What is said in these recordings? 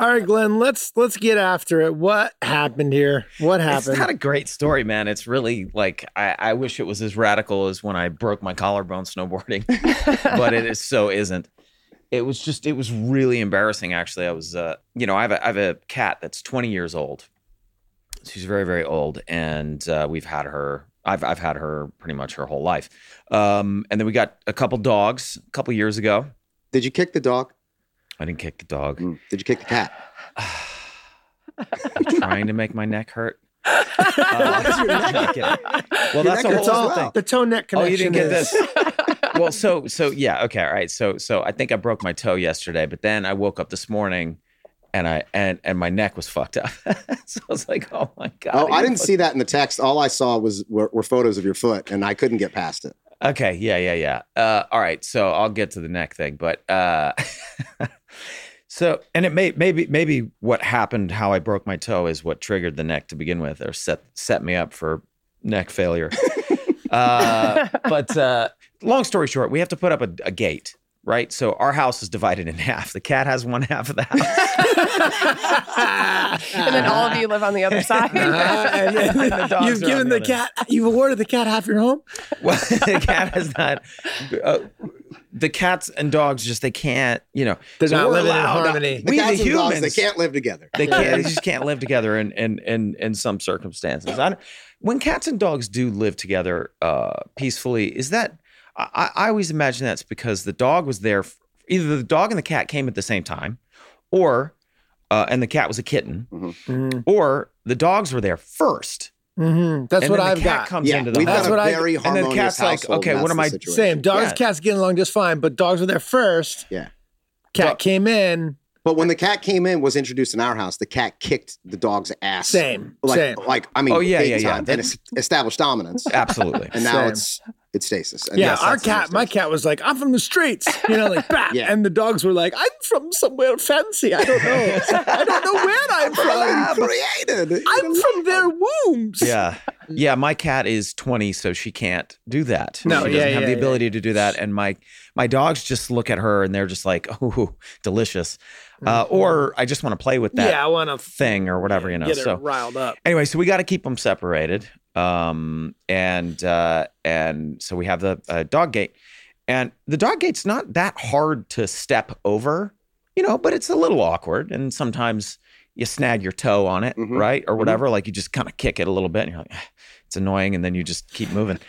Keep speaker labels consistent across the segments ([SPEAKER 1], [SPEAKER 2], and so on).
[SPEAKER 1] All right, Glenn, let's let's get after it. What happened here? What happened?
[SPEAKER 2] It's not a great story, man. It's really like I, I wish it was as radical as when I broke my collarbone snowboarding, but it is so isn't. It was just it was really embarrassing. Actually, I was uh, you know I have a, I have a cat that's 20 years old. She's very very old, and uh, we've had her. I've I've had her pretty much her whole life, um, and then we got a couple dogs a couple years ago.
[SPEAKER 3] Did you kick the dog?
[SPEAKER 2] I didn't kick the dog.
[SPEAKER 3] Mm. Did you kick the cat?
[SPEAKER 2] I'm trying to make my neck hurt.
[SPEAKER 3] Why does your neck
[SPEAKER 2] Uh, I'm kidding. well,
[SPEAKER 3] Your
[SPEAKER 2] that's
[SPEAKER 3] neck
[SPEAKER 2] a whole
[SPEAKER 1] it's
[SPEAKER 3] hurts as
[SPEAKER 1] all
[SPEAKER 2] other
[SPEAKER 3] well.
[SPEAKER 2] thing.
[SPEAKER 1] the toe neck
[SPEAKER 2] Oh,
[SPEAKER 1] connection.
[SPEAKER 2] you didn't get
[SPEAKER 1] is-
[SPEAKER 2] this. well, so so yeah, okay, all right. So so I think I broke my toe yesterday, but then I woke up this morning and I and and my neck was fucked up. so I was like, oh my god.
[SPEAKER 3] Oh, I
[SPEAKER 2] you
[SPEAKER 3] didn't
[SPEAKER 2] fucked-
[SPEAKER 3] see that in the text. All I saw was were, were photos of your foot, and I couldn't get past it.
[SPEAKER 2] Okay, yeah, yeah, yeah. Uh, all right, so I'll get to the neck thing, but uh, so and it may maybe maybe what happened, how I broke my toe, is what triggered the neck to begin with, or set set me up for neck failure. uh, but uh, long story short, we have to put up a, a gate, right? So our house is divided in half. The cat has one half of the house,
[SPEAKER 1] and
[SPEAKER 4] and then all of you live on the other side.
[SPEAKER 1] and then
[SPEAKER 2] The dogs
[SPEAKER 1] you've
[SPEAKER 2] are
[SPEAKER 1] given
[SPEAKER 2] on
[SPEAKER 1] the,
[SPEAKER 2] the other.
[SPEAKER 1] cat, you've awarded the cat half your home.
[SPEAKER 2] well, the cat has not. Uh, the cats and dogs just they can't, you know.
[SPEAKER 1] They're not
[SPEAKER 2] we're
[SPEAKER 1] living in
[SPEAKER 2] allowed-
[SPEAKER 1] harmony.
[SPEAKER 3] The
[SPEAKER 2] we
[SPEAKER 3] cats
[SPEAKER 2] the
[SPEAKER 3] and dogs,
[SPEAKER 2] humans,
[SPEAKER 3] they can't live together.
[SPEAKER 2] They can't. They just can't live together in in in, in some circumstances. I don't- when cats and dogs do live together uh, peacefully, is that I, I I always imagine that's because the dog was there. f- Either the dog and the cat came at the same time, or uh, and the cat was a kitten,
[SPEAKER 1] Mhm.
[SPEAKER 2] or the dogs were there first.
[SPEAKER 1] Mhm. That's
[SPEAKER 2] and
[SPEAKER 1] what
[SPEAKER 2] then the
[SPEAKER 1] I've
[SPEAKER 2] cat
[SPEAKER 1] got.
[SPEAKER 2] Comes
[SPEAKER 3] Yeah,
[SPEAKER 2] into the
[SPEAKER 3] we've
[SPEAKER 2] home.
[SPEAKER 1] That's
[SPEAKER 3] got
[SPEAKER 1] what
[SPEAKER 3] a
[SPEAKER 1] I-
[SPEAKER 3] very
[SPEAKER 2] and then
[SPEAKER 3] harmonious
[SPEAKER 2] cat's like,
[SPEAKER 3] household,
[SPEAKER 2] okay,
[SPEAKER 3] and
[SPEAKER 2] what
[SPEAKER 3] that's
[SPEAKER 2] am
[SPEAKER 3] the
[SPEAKER 2] I-
[SPEAKER 3] situation.
[SPEAKER 1] Same. Dogs,
[SPEAKER 2] Yeah.
[SPEAKER 1] cats getting along just fine, but dogs were there first.
[SPEAKER 3] Yeah.
[SPEAKER 1] Cat
[SPEAKER 2] Dog-
[SPEAKER 1] came in.
[SPEAKER 3] But when the cat came in, was introduced in our house. The cat kicked the dog's ass.
[SPEAKER 1] Same.
[SPEAKER 3] Like,
[SPEAKER 1] same.
[SPEAKER 3] like I mean,
[SPEAKER 2] Oh, yeah,
[SPEAKER 3] big
[SPEAKER 2] yeah, yeah.
[SPEAKER 3] time, And es- established dominance.
[SPEAKER 2] Absolutely.
[SPEAKER 3] And now
[SPEAKER 1] Same.
[SPEAKER 3] it's it's stasis. And
[SPEAKER 1] yeah,
[SPEAKER 3] yes,
[SPEAKER 1] our
[SPEAKER 3] that's the
[SPEAKER 1] cat, my
[SPEAKER 3] stasis.
[SPEAKER 1] cat was like, I'm from the streets, you know, like, bah.
[SPEAKER 3] Yeah.
[SPEAKER 1] And the dogs were like, I'm from somewhere fancy. I don't know. I don't know where I'm
[SPEAKER 3] Ah,
[SPEAKER 1] from.
[SPEAKER 3] created.
[SPEAKER 1] I'm from their wombs.
[SPEAKER 2] Yeah. Yeah. My cat is 20, so she can't do that.
[SPEAKER 1] No,
[SPEAKER 2] she
[SPEAKER 1] yeah,
[SPEAKER 2] doesn't have
[SPEAKER 1] yeah,
[SPEAKER 2] the
[SPEAKER 1] yeah.
[SPEAKER 2] ability to do that. And my my dogs just look at her and they're just like, oh, delicious. Uh,
[SPEAKER 3] Mm-hmm.
[SPEAKER 2] or I just want to play with that
[SPEAKER 1] yeah, I want to
[SPEAKER 2] thing or whatever, you know.
[SPEAKER 1] get her
[SPEAKER 2] So
[SPEAKER 1] riled up.
[SPEAKER 2] anyway, so we got to keep them separated. Um, and uh, and so we have the uh, dog gate, and the dog gate's not that hard to step over, you know, but it's a little awkward, and sometimes you snag your toe on it,
[SPEAKER 3] Mhm.
[SPEAKER 2] right, or whatever. Like you just kind of kick it a little bit, and you're like, "Ah, it's annoying, and then you just keep moving.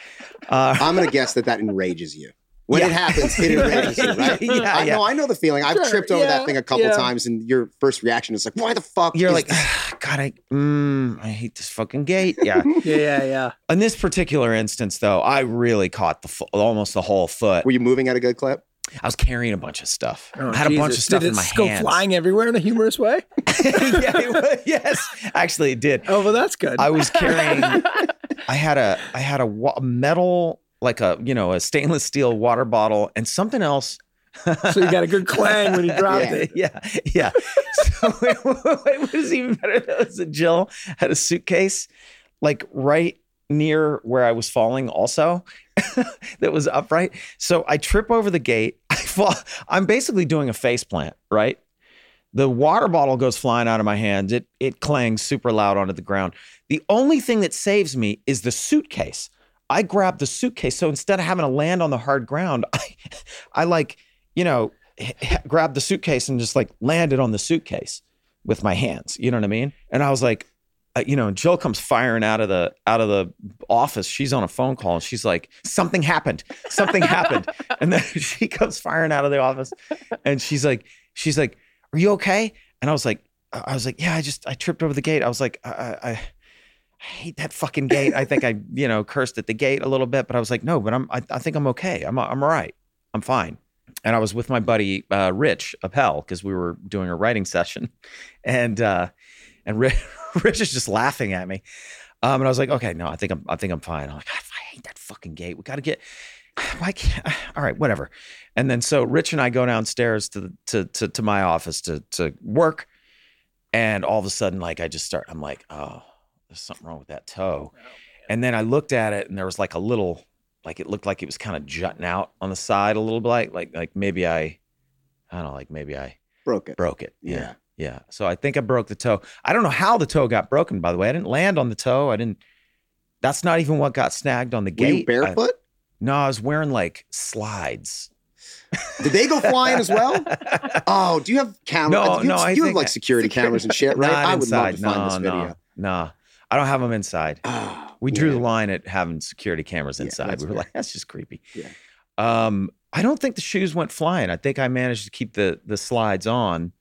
[SPEAKER 2] Uh,
[SPEAKER 3] I'm gonna guess that that enrages you. When it
[SPEAKER 2] Yeah.
[SPEAKER 3] happens, it enrages you, right?
[SPEAKER 2] Yeah,
[SPEAKER 3] I
[SPEAKER 2] yeah.
[SPEAKER 3] know, I know the feeling. I've
[SPEAKER 1] Sure,
[SPEAKER 3] tripped over
[SPEAKER 1] yeah,
[SPEAKER 3] that thing a couple
[SPEAKER 1] yeah.
[SPEAKER 3] times, and your first reaction is like, "Why the fuck?"
[SPEAKER 2] you're
[SPEAKER 3] is
[SPEAKER 2] like,
[SPEAKER 3] this-
[SPEAKER 2] "Ah, God, I, mm, I hate this fucking gate. Yeah.
[SPEAKER 1] Yeah, yeah, yeah.
[SPEAKER 2] In this particular instance, though, I really caught the fo- almost the whole foot.
[SPEAKER 3] "Were you moving at a good clip?"
[SPEAKER 2] I was carrying a bunch of stuff.
[SPEAKER 1] Oh,
[SPEAKER 2] I had a bunch of
[SPEAKER 1] Jesus.
[SPEAKER 2] stuff
[SPEAKER 1] Did
[SPEAKER 2] in
[SPEAKER 1] it
[SPEAKER 2] my
[SPEAKER 1] go
[SPEAKER 2] hands.
[SPEAKER 1] flying everywhere in a humorous way?
[SPEAKER 2] yeah, it was. yes, actually, it did.
[SPEAKER 1] Oh, well, that's good.
[SPEAKER 2] I was carrying. I had a. I had a wa- metal, like a you know, a stainless steel water bottle and something else.
[SPEAKER 1] so you got a good clang when you dropped
[SPEAKER 3] Yeah.
[SPEAKER 1] it.
[SPEAKER 2] yeah, yeah. So it, was even better. That was that Jill had a suitcase, like right near where I was falling, also that was upright. So I trip over the gate. I fall. I'm basically doing a face plant, right? The water bottle goes flying out of my hands. It it clangs super loud onto the ground. The only thing that saves me is the suitcase. I grab the suitcase. So instead of having to land on the hard ground, I, I like, you know, h- h- grabbed the suitcase and just like landed on the suitcase with my hands. You know what I mean? And I was like, uh, you know, Jill comes firing out of the out of the office. She's on a phone call and she's like, something happened, something happened. And then she comes firing out of the office, and she's like, she's like, are you okay? And I was like, uh, I I was like, yeah, I just I tripped over the gate. I was like, I. I, I I hate that fucking gate. I think I, you know, cursed at the gate a little bit, but I was like, no, but I'm, I, I think I'm okay. I'm, I'm all right. I'm fine and I was with my buddy uh, Rich Appel because we were doing a writing session, and uh, and Rich, Rich is just laughing at me, um, and I was like, okay, no, I think I'm I think I'm fine. I'm like, God, I hate that fucking gate. We got to get. Why can't? All right, whatever. And then so Rich and I go downstairs to to to, to my office to to work, and all of a sudden, like I just start. I'm like, oh, there's something wrong with that toe. And then I looked at it, and there was like a little like it looked like it was kind of jutting out on the side a little bit like like like maybe i i don't know like maybe i
[SPEAKER 3] Broke it.
[SPEAKER 2] broke it
[SPEAKER 3] Yeah.
[SPEAKER 2] yeah yeah, Yeah. So I think I broke the toe. I don't know how the toe got broken, by the way. I didn't land on the toe. I didn't. That's not even what got snagged on the
[SPEAKER 3] Were
[SPEAKER 2] gate.
[SPEAKER 3] you barefoot?
[SPEAKER 2] I- no, I was wearing like slides.
[SPEAKER 3] Did they go flying as well? Oh, do you have cameras?
[SPEAKER 2] No,
[SPEAKER 3] you
[SPEAKER 2] no,
[SPEAKER 3] have,
[SPEAKER 2] I
[SPEAKER 3] you have
[SPEAKER 2] think-
[SPEAKER 3] like security cameras and shit, right?
[SPEAKER 2] Not
[SPEAKER 3] I would
[SPEAKER 2] inside.
[SPEAKER 3] love to find
[SPEAKER 2] no,
[SPEAKER 3] this video.
[SPEAKER 2] no, no. I don't have them inside.
[SPEAKER 3] Oh,
[SPEAKER 2] We drew
[SPEAKER 3] yeah.
[SPEAKER 2] the line at having security cameras
[SPEAKER 3] Yeah,
[SPEAKER 2] inside.
[SPEAKER 3] that's
[SPEAKER 2] we were
[SPEAKER 3] fair.
[SPEAKER 2] like, that's just creepy.
[SPEAKER 3] Yeah.
[SPEAKER 2] Um, I don't think the shoes went flying. I think I managed to keep the the slides on,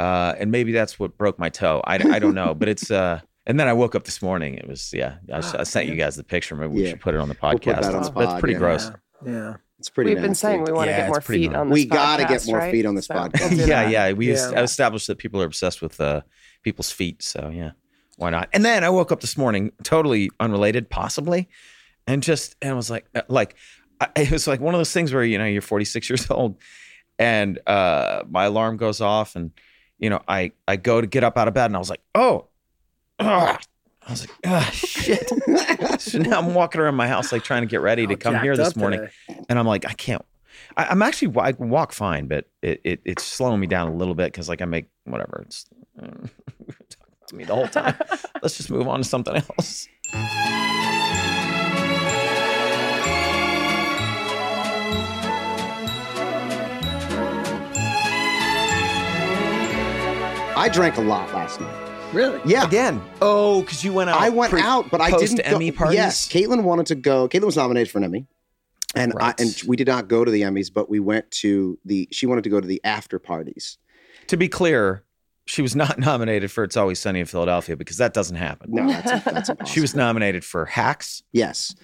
[SPEAKER 2] uh, and maybe that's what broke my toe. I, I don't know, but it's. Uh, and then I woke up this morning. It was yeah. I, s- I sent you guys the picture. Maybe we
[SPEAKER 3] Yeah.
[SPEAKER 2] should put it on the podcast.
[SPEAKER 3] We'll put that on
[SPEAKER 2] that's,
[SPEAKER 3] the
[SPEAKER 2] that's
[SPEAKER 3] pod,
[SPEAKER 2] pretty
[SPEAKER 3] yeah.
[SPEAKER 2] gross.
[SPEAKER 1] Yeah.
[SPEAKER 3] It's pretty.
[SPEAKER 4] We've been
[SPEAKER 3] nasty.
[SPEAKER 4] saying we want to
[SPEAKER 2] Yeah,
[SPEAKER 4] get
[SPEAKER 2] it's
[SPEAKER 4] more
[SPEAKER 2] pretty
[SPEAKER 4] feet on this
[SPEAKER 3] We gotta get
[SPEAKER 4] podcast,
[SPEAKER 3] more
[SPEAKER 4] right?
[SPEAKER 3] feet on this
[SPEAKER 4] So
[SPEAKER 3] podcast.
[SPEAKER 4] we'll do
[SPEAKER 2] yeah,
[SPEAKER 4] that.
[SPEAKER 2] yeah. We
[SPEAKER 1] Yeah.
[SPEAKER 2] I established that people are obsessed with uh, people's feet. So yeah, why not? And then I woke up this morning, totally unrelated, possibly, and just and was like, uh, like I, it was like one of those things where you know you're 46 years old, and uh, my alarm goes off, and you know I I go to get up out of bed, and I was like, oh, ugh. I was like, ah, shit. so now I'm walking around my house like trying to get ready to
[SPEAKER 1] All
[SPEAKER 2] come
[SPEAKER 1] jacked
[SPEAKER 2] here this
[SPEAKER 1] up
[SPEAKER 2] morning
[SPEAKER 1] today.
[SPEAKER 2] and I'm like, I can't. I, I'm actually I can walk fine, but it, it it's slowing me down a little bit because like I make whatever. It's I mean the whole time. Let's just move on to something else.
[SPEAKER 3] I drank a lot last night.
[SPEAKER 1] Really?
[SPEAKER 3] Yeah,
[SPEAKER 2] Again. Oh, because you went out.
[SPEAKER 3] I went
[SPEAKER 2] pre-
[SPEAKER 3] out, but I
[SPEAKER 2] post
[SPEAKER 3] didn't
[SPEAKER 2] Emmy
[SPEAKER 3] go.
[SPEAKER 2] parties?
[SPEAKER 3] Yes, Caitlin wanted to go. Caitlin was nominated for an Emmy, and
[SPEAKER 2] Right.
[SPEAKER 3] I and we did not go to the Emmys, but we went to the. She wanted to go to the after parties.
[SPEAKER 2] To be clear, she was not nominated for It's Always Sunny in Philadelphia because that doesn't happen.
[SPEAKER 3] No, that's, that's impossible.
[SPEAKER 2] She was nominated for Hacks.
[SPEAKER 3] yes,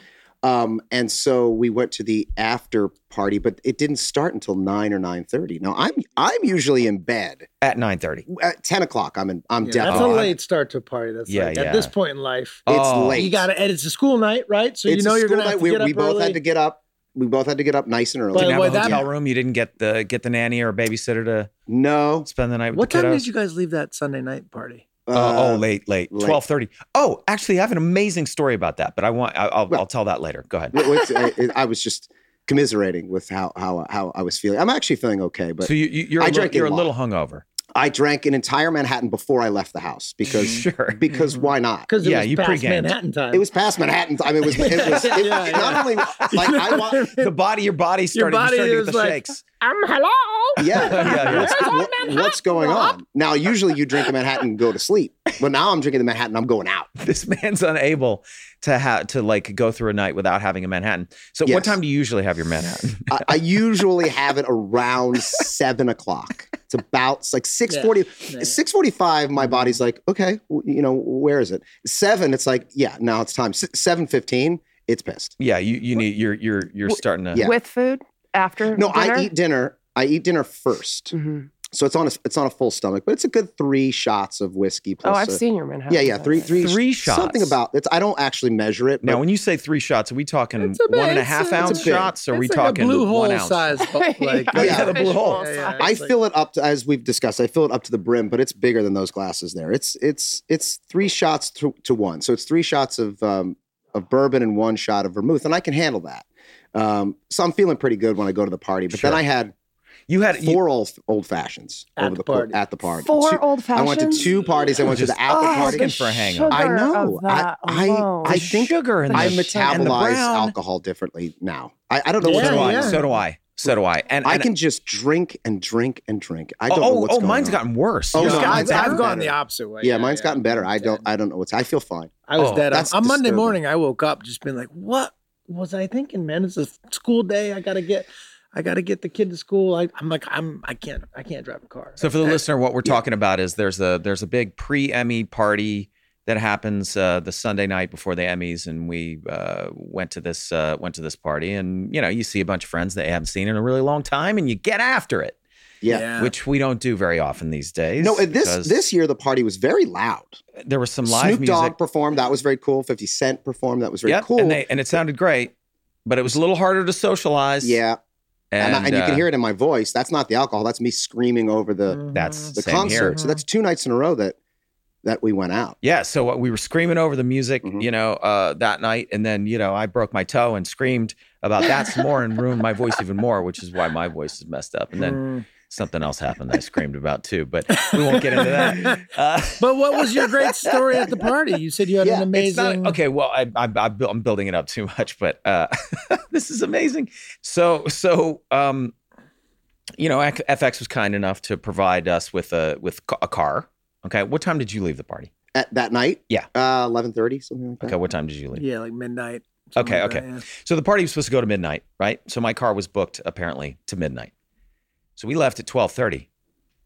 [SPEAKER 3] um, and so we went to the after party, but it didn't start until nine or nine thirty. Now I'm I'm usually in bed
[SPEAKER 2] At 9:30.
[SPEAKER 3] at ten o'clock. I'm in. I'm
[SPEAKER 1] Yeah, that's a
[SPEAKER 3] definitely.
[SPEAKER 1] late start to a party. That's
[SPEAKER 2] Yeah,
[SPEAKER 1] like,
[SPEAKER 2] yeah.
[SPEAKER 1] at this point in life,
[SPEAKER 3] It's
[SPEAKER 2] Oh.
[SPEAKER 3] late.
[SPEAKER 1] you got to. And it's a school night, right? So
[SPEAKER 3] it's
[SPEAKER 1] you know
[SPEAKER 3] a
[SPEAKER 1] you're
[SPEAKER 3] school
[SPEAKER 1] gonna have
[SPEAKER 3] night.
[SPEAKER 1] to
[SPEAKER 3] we
[SPEAKER 1] get up
[SPEAKER 3] we both
[SPEAKER 1] early.
[SPEAKER 3] had to get up. We both had to get up nice and early.
[SPEAKER 1] By the
[SPEAKER 2] Didn't have
[SPEAKER 1] way,
[SPEAKER 2] a
[SPEAKER 1] that-
[SPEAKER 2] hotel room. You didn't get the get the nanny or a babysitter to
[SPEAKER 3] no.
[SPEAKER 2] spend the night with
[SPEAKER 1] What
[SPEAKER 2] the
[SPEAKER 1] time
[SPEAKER 2] kiddos.
[SPEAKER 1] did you guys leave that Sunday night party?
[SPEAKER 2] Uh, oh,
[SPEAKER 3] uh,
[SPEAKER 2] late, late,
[SPEAKER 3] late.
[SPEAKER 2] twelve thirty. Oh, actually, I have an amazing story about that, but I want I, I'll,
[SPEAKER 3] Well-
[SPEAKER 2] I'll tell that later. Go ahead.
[SPEAKER 3] What- what's- I, I was just commiserating with how how how I was feeling. I'm actually feeling okay, but
[SPEAKER 2] so you, you you're
[SPEAKER 3] I
[SPEAKER 2] a little,
[SPEAKER 3] drank a
[SPEAKER 2] you're a
[SPEAKER 3] lot.
[SPEAKER 2] little hungover.
[SPEAKER 3] I drank an entire Manhattan before I left the house because
[SPEAKER 2] sure.
[SPEAKER 3] because why not?
[SPEAKER 1] Because it
[SPEAKER 2] Yeah,
[SPEAKER 1] was
[SPEAKER 2] you
[SPEAKER 1] past
[SPEAKER 2] pre-gamed.
[SPEAKER 1] Manhattan time.
[SPEAKER 3] It was past Manhattan. I mean, it was it was it,
[SPEAKER 1] Yeah,
[SPEAKER 3] not
[SPEAKER 1] yeah.
[SPEAKER 3] only like I wa-
[SPEAKER 2] The body, your body started, you
[SPEAKER 1] body
[SPEAKER 2] started to
[SPEAKER 1] is
[SPEAKER 2] get the
[SPEAKER 1] like-
[SPEAKER 2] shakes.
[SPEAKER 4] Um, hello.
[SPEAKER 3] yeah.
[SPEAKER 2] Yeah, yeah.
[SPEAKER 3] What's, what- what's going on now? Usually you drink the Manhattan and go to sleep, but now I'm drinking the Manhattan. I'm going out.
[SPEAKER 2] This man's unable to have to like go through a night without having a Manhattan. So, what
[SPEAKER 3] Yes.
[SPEAKER 2] time do you usually have your Manhattan?
[SPEAKER 3] I, I usually have it around seven o'clock. It's about it's like six forty.
[SPEAKER 1] Yeah.
[SPEAKER 3] Six forty-five, my body's like, okay, w- you know, where is it? Seven, it's like, yeah, now it's time. Seven fifteen, it's pissed.
[SPEAKER 2] yeah, you you need you're you're you're
[SPEAKER 4] Well,
[SPEAKER 2] starting to.
[SPEAKER 3] yeah.
[SPEAKER 4] With food after
[SPEAKER 3] No,
[SPEAKER 4] dinner?
[SPEAKER 3] I eat dinner. I eat dinner first,
[SPEAKER 4] Mhm.
[SPEAKER 3] so it's on a it's on a full stomach, but it's a good three shots of whiskey.
[SPEAKER 4] Oh,
[SPEAKER 3] Plus
[SPEAKER 4] I've
[SPEAKER 3] a-
[SPEAKER 4] seen your Manhattan.
[SPEAKER 3] yeah, yeah,
[SPEAKER 4] by
[SPEAKER 3] three
[SPEAKER 4] the way.
[SPEAKER 3] three
[SPEAKER 2] Three
[SPEAKER 3] Something
[SPEAKER 2] shots.
[SPEAKER 3] about it's. I don't actually measure it.
[SPEAKER 2] Now,
[SPEAKER 3] Now,
[SPEAKER 2] when you say three shots, are we talking
[SPEAKER 1] It's a bit-
[SPEAKER 2] one and a
[SPEAKER 1] it's
[SPEAKER 2] half
[SPEAKER 1] a- it's
[SPEAKER 2] ounce
[SPEAKER 3] a bit.
[SPEAKER 2] shots? Or are we
[SPEAKER 1] It's like
[SPEAKER 2] talking
[SPEAKER 1] a blue hole
[SPEAKER 2] one ounce?
[SPEAKER 1] size? bo- like,
[SPEAKER 3] Oh, Yeah, yeah, the
[SPEAKER 2] blue hole.
[SPEAKER 1] Yeah, yeah,
[SPEAKER 4] I,
[SPEAKER 1] yeah.
[SPEAKER 3] I
[SPEAKER 1] it's like-
[SPEAKER 3] fill it up to, as we've discussed. I fill it up to the brim, but it's bigger than those glasses there. It's it's it's three shots to, to one. So it's three shots of um, of bourbon and one shot of vermouth, and I can handle that. Um, so I'm feeling pretty good when I go to the party. But
[SPEAKER 2] Sure.
[SPEAKER 3] then I had
[SPEAKER 2] You had you,
[SPEAKER 3] four old old fashions
[SPEAKER 1] At
[SPEAKER 3] over
[SPEAKER 1] the
[SPEAKER 3] the, par-
[SPEAKER 1] party.
[SPEAKER 3] at the party.
[SPEAKER 4] Four
[SPEAKER 3] Two-
[SPEAKER 4] old
[SPEAKER 3] I
[SPEAKER 4] fashions.
[SPEAKER 3] went to two parties. I went to
[SPEAKER 2] Just-
[SPEAKER 3] the after
[SPEAKER 2] Oh,
[SPEAKER 3] party.
[SPEAKER 2] looking for a hangover.
[SPEAKER 3] I know. I- I- I think
[SPEAKER 2] sugar and
[SPEAKER 3] I
[SPEAKER 2] the- and the
[SPEAKER 3] metabolize
[SPEAKER 2] brown.
[SPEAKER 3] alcohol differently now. I, I don't know
[SPEAKER 1] Yeah,
[SPEAKER 3] what's
[SPEAKER 2] so do
[SPEAKER 3] going
[SPEAKER 2] I.
[SPEAKER 1] yeah.
[SPEAKER 3] on.
[SPEAKER 2] So do I. So do I. And,
[SPEAKER 3] I
[SPEAKER 2] and-
[SPEAKER 3] can just drink and drink and drink. I
[SPEAKER 2] Oh,
[SPEAKER 3] don't know
[SPEAKER 2] oh,
[SPEAKER 3] what's
[SPEAKER 2] oh,
[SPEAKER 3] going
[SPEAKER 2] mine's
[SPEAKER 3] on.
[SPEAKER 2] gotten worse.
[SPEAKER 3] Oh,
[SPEAKER 2] Yours
[SPEAKER 3] no,
[SPEAKER 2] got
[SPEAKER 1] I've,
[SPEAKER 3] mine's
[SPEAKER 1] I've
[SPEAKER 3] gotten
[SPEAKER 1] gone
[SPEAKER 3] better.
[SPEAKER 1] the opposite way.
[SPEAKER 3] Yeah, mine's gotten better.
[SPEAKER 1] I'm
[SPEAKER 3] I don't.
[SPEAKER 1] dead.
[SPEAKER 3] I don't know what's. I feel fine.
[SPEAKER 1] I was
[SPEAKER 2] Oh,
[SPEAKER 1] dead. On,
[SPEAKER 3] that's
[SPEAKER 1] on Monday
[SPEAKER 3] disturbing.
[SPEAKER 1] morning, I woke up just being like, "What was I thinking, man? It's a school day. I gotta get, I gotta get the kid to school. I, I'm like, I'm, I can't, I can't drive a car.
[SPEAKER 2] So for the listener, what we're talking about is there's a there's a big pre Emmy party that happens uh, the Sunday night before the Emmys, and we uh, went to this uh, went to this party, and you know you see a bunch of friends that you haven't seen in a really long time, and you get after it,
[SPEAKER 3] Yeah.
[SPEAKER 2] which we don't do very often these days.
[SPEAKER 3] No, and this
[SPEAKER 2] because
[SPEAKER 3] this year the party was very loud.
[SPEAKER 2] there was some live
[SPEAKER 3] Snoop
[SPEAKER 2] music,
[SPEAKER 3] Dogg performed. That was very cool. Fifty Cent performed. That was very
[SPEAKER 2] yep,
[SPEAKER 3] cool.
[SPEAKER 2] and, they, and it sounded great, but it was a little harder to socialize.
[SPEAKER 3] yeah,
[SPEAKER 2] and,
[SPEAKER 3] and, I- and you
[SPEAKER 2] uh,
[SPEAKER 3] can hear it in my voice. That's not the alcohol. That's me screaming over the
[SPEAKER 2] uh, that's-
[SPEAKER 3] the
[SPEAKER 2] Same
[SPEAKER 3] concert.
[SPEAKER 2] here.
[SPEAKER 3] So that's two nights in a row that that we went out.
[SPEAKER 2] Yeah, so uh, we were screaming over the music,
[SPEAKER 3] Mhm.
[SPEAKER 2] you know, uh, that night, and then you know I broke my toe Mm-hmm. and screamed about that some more and ruined my voice even more, which is why my voice is messed up. And then Something else happened that I screamed about too, but we won't get into that. Uh,
[SPEAKER 1] But what was your great story at the party? You said you had an
[SPEAKER 3] Yeah,
[SPEAKER 1] amazing.
[SPEAKER 2] It's not, okay, well, I, I, I, bu- I'm building it up too much, but uh, this is amazing. So, so, um, you know, F- FX was kind enough to provide us with a with ca- a car. Okay, what time did you leave the party?
[SPEAKER 3] At that night?
[SPEAKER 2] Yeah.
[SPEAKER 3] Uh, 11.30, something like that.
[SPEAKER 2] Okay, what time did you leave?
[SPEAKER 1] Yeah, like midnight. something
[SPEAKER 2] Okay,
[SPEAKER 1] like that,
[SPEAKER 2] okay.
[SPEAKER 1] yeah.
[SPEAKER 2] So the party was supposed to go to midnight, right? So my car was booked apparently to midnight. So we left at 12:30.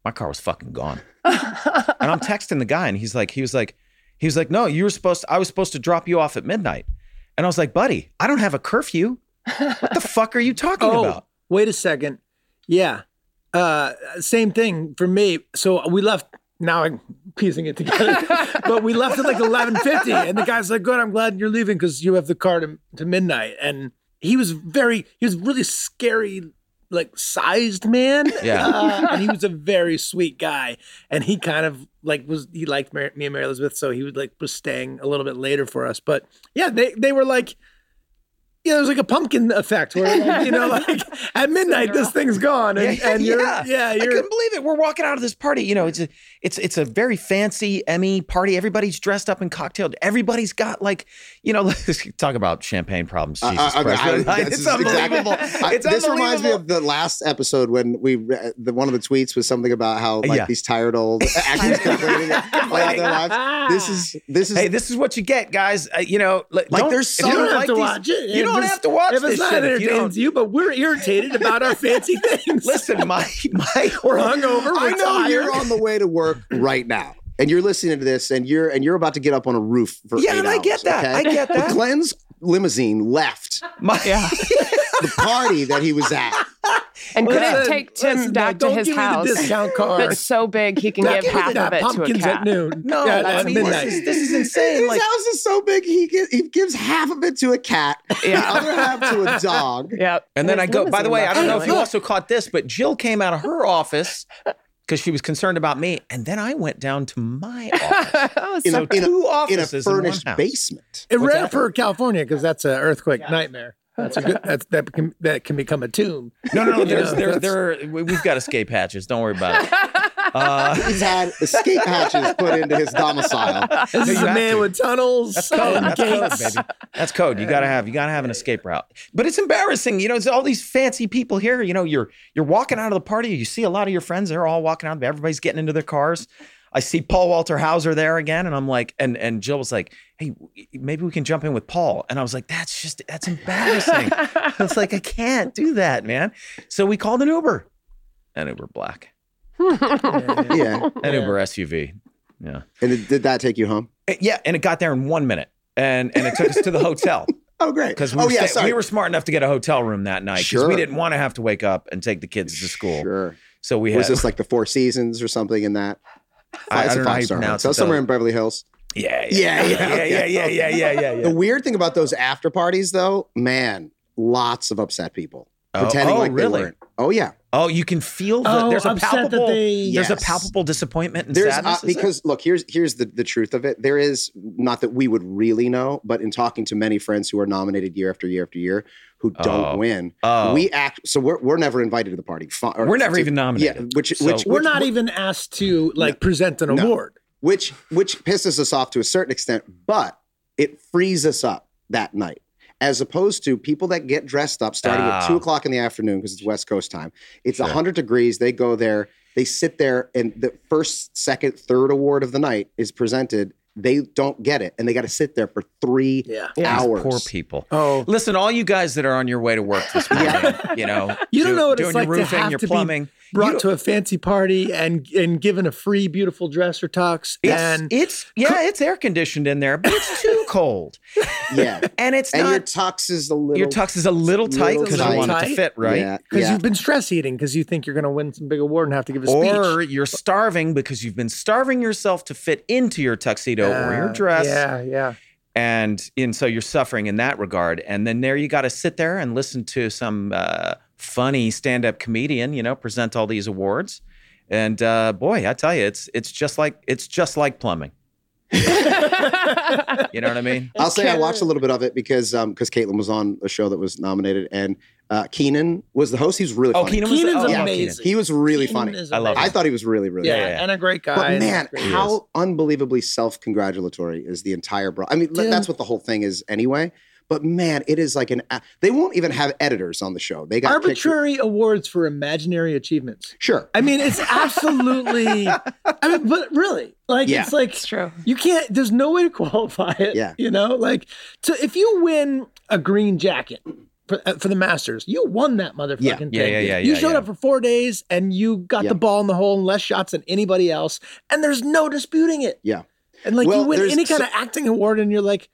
[SPEAKER 2] My car was fucking gone. and I'm texting the guy and he's like he was like he was like, "No, you were supposed I was supposed to drop you off at midnight." And I was like, "Buddy, I don't have a curfew. What the fuck are you talking
[SPEAKER 1] Oh.
[SPEAKER 2] about?"
[SPEAKER 1] Wait a second. Yeah. Uh, same thing for me. So we left. Now I'm piecing it together, but we left at like 11:50, and the guy's like, "Good, I'm glad you're leaving because you have the car to, to midnight." And he was very, he was really scary, like sized man.
[SPEAKER 2] Yeah.
[SPEAKER 1] Uh, and he was a very sweet guy, and he kind of like was he liked Mar- me and Mary Elizabeth, so he would like was staying a little bit later for us. But yeah, they they were like yeah, there's like a pumpkin effect where like, you know, like at midnight this thing's gone, and,
[SPEAKER 2] Yeah,
[SPEAKER 1] and you're
[SPEAKER 2] yeah.
[SPEAKER 1] yeah,
[SPEAKER 2] I
[SPEAKER 1] you're
[SPEAKER 2] couldn't believe it. We're walking out of this party. You know, it's a, it's it's a very fancy Emmy party. Everybody's dressed up in cocktail. Everybody's got like, you know, talk about champagne problems. Jesus
[SPEAKER 3] I- I-
[SPEAKER 2] Christ.
[SPEAKER 3] I- this
[SPEAKER 2] it's
[SPEAKER 3] is exactly-
[SPEAKER 2] unbelievable.
[SPEAKER 3] I-
[SPEAKER 2] it's
[SPEAKER 3] this reminds me
[SPEAKER 2] unbelievable.
[SPEAKER 3] of the last episode when we re- the one of the tweets was something about how like
[SPEAKER 2] Yeah.
[SPEAKER 3] these tired old actors complaining about their lives. This is this is
[SPEAKER 2] Hey, this is what you get, guys. Uh, you know, like,
[SPEAKER 3] Like,
[SPEAKER 2] don't-
[SPEAKER 3] there's
[SPEAKER 2] if
[SPEAKER 1] you
[SPEAKER 2] you
[SPEAKER 3] some-
[SPEAKER 2] don't
[SPEAKER 1] don't have
[SPEAKER 2] like
[SPEAKER 1] to
[SPEAKER 2] these-
[SPEAKER 1] watch it.
[SPEAKER 2] You
[SPEAKER 1] If
[SPEAKER 2] don't
[SPEAKER 1] it's-
[SPEAKER 2] have to watch
[SPEAKER 1] if it's
[SPEAKER 2] this
[SPEAKER 1] not
[SPEAKER 2] shit. If you
[SPEAKER 1] entertains
[SPEAKER 2] don't,
[SPEAKER 1] you, but we're irritated about our fancy things.
[SPEAKER 2] listen, my my
[SPEAKER 1] we're hungover.
[SPEAKER 3] I
[SPEAKER 1] We're
[SPEAKER 3] know you're
[SPEAKER 1] tired.
[SPEAKER 3] on the way to work right now. And you're listening to this and you're and you're about to get up on a roof for
[SPEAKER 2] Yeah,
[SPEAKER 3] eight
[SPEAKER 2] and I get
[SPEAKER 3] hours,
[SPEAKER 2] that.
[SPEAKER 3] okay?
[SPEAKER 2] I get that.
[SPEAKER 3] But Glenn's limousine left
[SPEAKER 2] my yeah.
[SPEAKER 3] the party that he was at.
[SPEAKER 5] and
[SPEAKER 1] Listen,
[SPEAKER 5] couldn't take Tim
[SPEAKER 1] listen,
[SPEAKER 5] back
[SPEAKER 1] no,
[SPEAKER 5] to
[SPEAKER 1] don't
[SPEAKER 5] his
[SPEAKER 1] give me the
[SPEAKER 5] house.
[SPEAKER 1] discount card.
[SPEAKER 5] That's so big he can
[SPEAKER 1] Don't
[SPEAKER 5] give
[SPEAKER 1] give me
[SPEAKER 5] half
[SPEAKER 1] that.
[SPEAKER 5] of it to a
[SPEAKER 1] Pumpkins at
[SPEAKER 5] cat.
[SPEAKER 1] noon.
[SPEAKER 2] No,
[SPEAKER 1] Yeah,
[SPEAKER 2] I
[SPEAKER 1] at
[SPEAKER 2] mean,
[SPEAKER 1] midnight.
[SPEAKER 2] this is this is insane.
[SPEAKER 3] His
[SPEAKER 2] Like,
[SPEAKER 3] house is so big he gi- he gives half of it to a cat, the
[SPEAKER 5] Yeah.
[SPEAKER 3] other half to a dog.
[SPEAKER 5] Yep.
[SPEAKER 2] and then I
[SPEAKER 5] His
[SPEAKER 2] go. By the
[SPEAKER 5] limousine
[SPEAKER 2] way, I
[SPEAKER 5] left
[SPEAKER 2] don't know
[SPEAKER 5] him
[SPEAKER 2] if you
[SPEAKER 5] alone.
[SPEAKER 2] also caught this, but Jill came out of her office because she was concerned about me, and then I went down to my office.
[SPEAKER 5] Oh, it's
[SPEAKER 3] In
[SPEAKER 5] so
[SPEAKER 3] a, in a,
[SPEAKER 2] Two
[SPEAKER 3] in a
[SPEAKER 2] offices in one
[SPEAKER 3] furnished
[SPEAKER 2] house.
[SPEAKER 3] basement.
[SPEAKER 1] It
[SPEAKER 2] What's
[SPEAKER 1] rare
[SPEAKER 2] that?
[SPEAKER 1] for California because that's an earthquake nightmare. That's a good. That's that can that can become a tomb.
[SPEAKER 2] No, no, no.
[SPEAKER 1] You
[SPEAKER 2] There's
[SPEAKER 1] know,
[SPEAKER 2] there
[SPEAKER 1] that's-
[SPEAKER 2] there. are- we- We've got escape hatches. Don't worry about it. Uh,
[SPEAKER 3] He's had escape hatches put into his domicile.
[SPEAKER 1] This
[SPEAKER 2] No,
[SPEAKER 1] is
[SPEAKER 2] you
[SPEAKER 1] a
[SPEAKER 2] have
[SPEAKER 1] man
[SPEAKER 2] to.
[SPEAKER 1] with tunnels
[SPEAKER 2] code.
[SPEAKER 1] and
[SPEAKER 2] That's code,
[SPEAKER 1] gates.
[SPEAKER 2] baby. That's code. You gotta have you gotta have an escape route. But it's embarrassing. You know, it's all these fancy people here. You know, you're you're walking out of the party. You see a lot of your friends. They're all walking out. Everybody's getting into their cars. I see Paul Walter Hauser there again, and I'm like, and and Jill was like, hey, maybe we can jump in with Paul. And I was like, that's just that's embarrassing. I was like, I can't do that, man. So we called an Uber, an Uber Black,
[SPEAKER 1] Yeah, yeah.
[SPEAKER 3] Yeah.
[SPEAKER 2] an
[SPEAKER 1] Yeah.
[SPEAKER 2] Uber SUV. Yeah.
[SPEAKER 3] And it, did that take you home?
[SPEAKER 2] Uh, Yeah, and it got there in one minute, and and it took us to the hotel.
[SPEAKER 3] Oh, great.
[SPEAKER 2] because we,
[SPEAKER 3] oh,
[SPEAKER 2] were
[SPEAKER 3] yeah,
[SPEAKER 2] stay-
[SPEAKER 3] sorry.
[SPEAKER 2] we were smart enough to get a hotel room that night because we
[SPEAKER 3] Sure.
[SPEAKER 2] didn't want to have to wake up and take the kids to school.
[SPEAKER 3] Sure.
[SPEAKER 2] So we had
[SPEAKER 3] Was this like the Four Seasons or something in that?
[SPEAKER 2] I, I
[SPEAKER 3] It's a
[SPEAKER 2] don't know how you
[SPEAKER 3] five-star, right?
[SPEAKER 2] pronounce
[SPEAKER 3] So
[SPEAKER 2] it.
[SPEAKER 3] somewhere
[SPEAKER 2] though.
[SPEAKER 3] in Beverly Hills.
[SPEAKER 2] yeah,
[SPEAKER 3] Yeah, yeah,
[SPEAKER 2] yeah, yeah,
[SPEAKER 3] okay,
[SPEAKER 2] yeah, yeah, yeah, yeah, yeah.
[SPEAKER 3] The weird thing about those after parties, though, man, lots of upset people
[SPEAKER 2] Oh,
[SPEAKER 3] pretending
[SPEAKER 2] oh,
[SPEAKER 3] like
[SPEAKER 2] really?
[SPEAKER 3] they weren't. Oh yeah,
[SPEAKER 2] Oh, you can feel the,
[SPEAKER 1] Oh,
[SPEAKER 2] there's a
[SPEAKER 1] upset that
[SPEAKER 2] palpable
[SPEAKER 1] they-
[SPEAKER 2] there's a
[SPEAKER 3] Yes.
[SPEAKER 2] palpable disappointment and
[SPEAKER 3] there's uh,
[SPEAKER 2] sadness is it?
[SPEAKER 3] because look here's here's the the truth of it. There is not that we would really know, but in talking to many friends who are nominated year after year after year who
[SPEAKER 2] Oh.
[SPEAKER 3] don't win,
[SPEAKER 2] oh,
[SPEAKER 3] we act so we're we're never invited to the party. Fu- or-
[SPEAKER 2] we're never
[SPEAKER 3] to-
[SPEAKER 2] even
[SPEAKER 3] yeah,
[SPEAKER 2] nominated.
[SPEAKER 3] which
[SPEAKER 2] So-
[SPEAKER 3] which
[SPEAKER 1] We're
[SPEAKER 3] which-
[SPEAKER 1] not even asked to like present an
[SPEAKER 3] No.
[SPEAKER 1] award.
[SPEAKER 3] which which pisses us off to a certain extent, but it frees us up that night. As opposed to people that get dressed up starting
[SPEAKER 2] Ah.
[SPEAKER 3] at two o'clock in the afternoon because it's West Coast time. It's
[SPEAKER 2] Sure.
[SPEAKER 3] a 100 degrees. They go there, they sit there, and the first, second, third award of the night is presented. They don't get it, and they got to sit there for three
[SPEAKER 1] Yeah.
[SPEAKER 2] These
[SPEAKER 3] hours.
[SPEAKER 2] poor people.
[SPEAKER 1] Oh,
[SPEAKER 2] Listen, all you guys that are on your way to work this morning, you know,
[SPEAKER 1] You don't
[SPEAKER 2] do-
[SPEAKER 1] know what it's
[SPEAKER 2] doing
[SPEAKER 1] like to
[SPEAKER 2] your roofing,
[SPEAKER 1] have
[SPEAKER 2] your
[SPEAKER 1] to be
[SPEAKER 2] plumbing.
[SPEAKER 1] brought
[SPEAKER 2] don't-
[SPEAKER 1] to a fancy party and and given a free beautiful dress or tux
[SPEAKER 2] It's,
[SPEAKER 1] and
[SPEAKER 2] it's yeah, it's air conditioned in there, but it's too cold,
[SPEAKER 3] Yeah.
[SPEAKER 2] and it's
[SPEAKER 3] and
[SPEAKER 2] not
[SPEAKER 3] your tux is a little.
[SPEAKER 2] Your tux is a little tight
[SPEAKER 3] little
[SPEAKER 2] because you
[SPEAKER 3] tight.
[SPEAKER 2] want it to
[SPEAKER 1] Tight?
[SPEAKER 2] fit, right?
[SPEAKER 3] Yeah.
[SPEAKER 1] because
[SPEAKER 3] yeah.
[SPEAKER 1] you've been stress eating because you think you're going to win some big award and have to give a speech.
[SPEAKER 2] Or you're starving because you've been starving yourself to fit into your tuxedo or your
[SPEAKER 1] Uh,
[SPEAKER 2] dress,
[SPEAKER 1] Yeah, yeah.
[SPEAKER 2] and and so you're suffering in that regard. And then there you got to sit there and listen to some uh, funny stand-up comedian, you know, present all these awards. And uh, boy, I tell you, it's it's just like it's just like plumbing. You know what I mean?
[SPEAKER 3] I'll say I watched a little bit of it because um because Caitlin was on a show that was nominated and uh Keenan was the host. He was really
[SPEAKER 2] Oh,
[SPEAKER 3] funny.
[SPEAKER 2] Keenan was
[SPEAKER 1] Keenan's
[SPEAKER 2] oh,
[SPEAKER 3] yeah,
[SPEAKER 1] amazing.
[SPEAKER 3] He was really
[SPEAKER 1] Keenan
[SPEAKER 3] funny.
[SPEAKER 1] is
[SPEAKER 2] I love
[SPEAKER 1] amazing.
[SPEAKER 3] I thought he was really, really
[SPEAKER 1] yeah,
[SPEAKER 3] funny.
[SPEAKER 2] yeah, yeah.
[SPEAKER 1] and a great guy.
[SPEAKER 3] But
[SPEAKER 1] and
[SPEAKER 3] man,
[SPEAKER 1] great.
[SPEAKER 3] how unbelievably self-congratulatory is the entire bro? I mean,
[SPEAKER 1] Dude.
[SPEAKER 3] that's what the whole thing is anyway. But man, it is like an. a- They won't even have editors on the show. They got kicked-
[SPEAKER 1] arbitrary awards for imaginary achievements.
[SPEAKER 3] Sure.
[SPEAKER 1] I mean, it's absolutely. I mean, but really, like
[SPEAKER 3] Yeah.
[SPEAKER 1] it's like
[SPEAKER 4] It's true.
[SPEAKER 1] you can't. There's no way to qualify it.
[SPEAKER 3] Yeah.
[SPEAKER 1] you know, like so if you win a green jacket. For, uh, for the Masters, you won that motherfucking
[SPEAKER 3] Yeah.
[SPEAKER 1] thing.
[SPEAKER 2] Yeah, yeah, yeah,
[SPEAKER 1] You
[SPEAKER 2] yeah,
[SPEAKER 1] showed
[SPEAKER 2] yeah.
[SPEAKER 1] up for four days and you got
[SPEAKER 3] Yeah.
[SPEAKER 1] the ball in the hole and less shots than anybody else, and there's no disputing it.
[SPEAKER 3] Yeah.
[SPEAKER 1] And like
[SPEAKER 3] Well,
[SPEAKER 1] you win
[SPEAKER 3] there's
[SPEAKER 1] any kind
[SPEAKER 3] so-
[SPEAKER 1] of acting award, and you're like,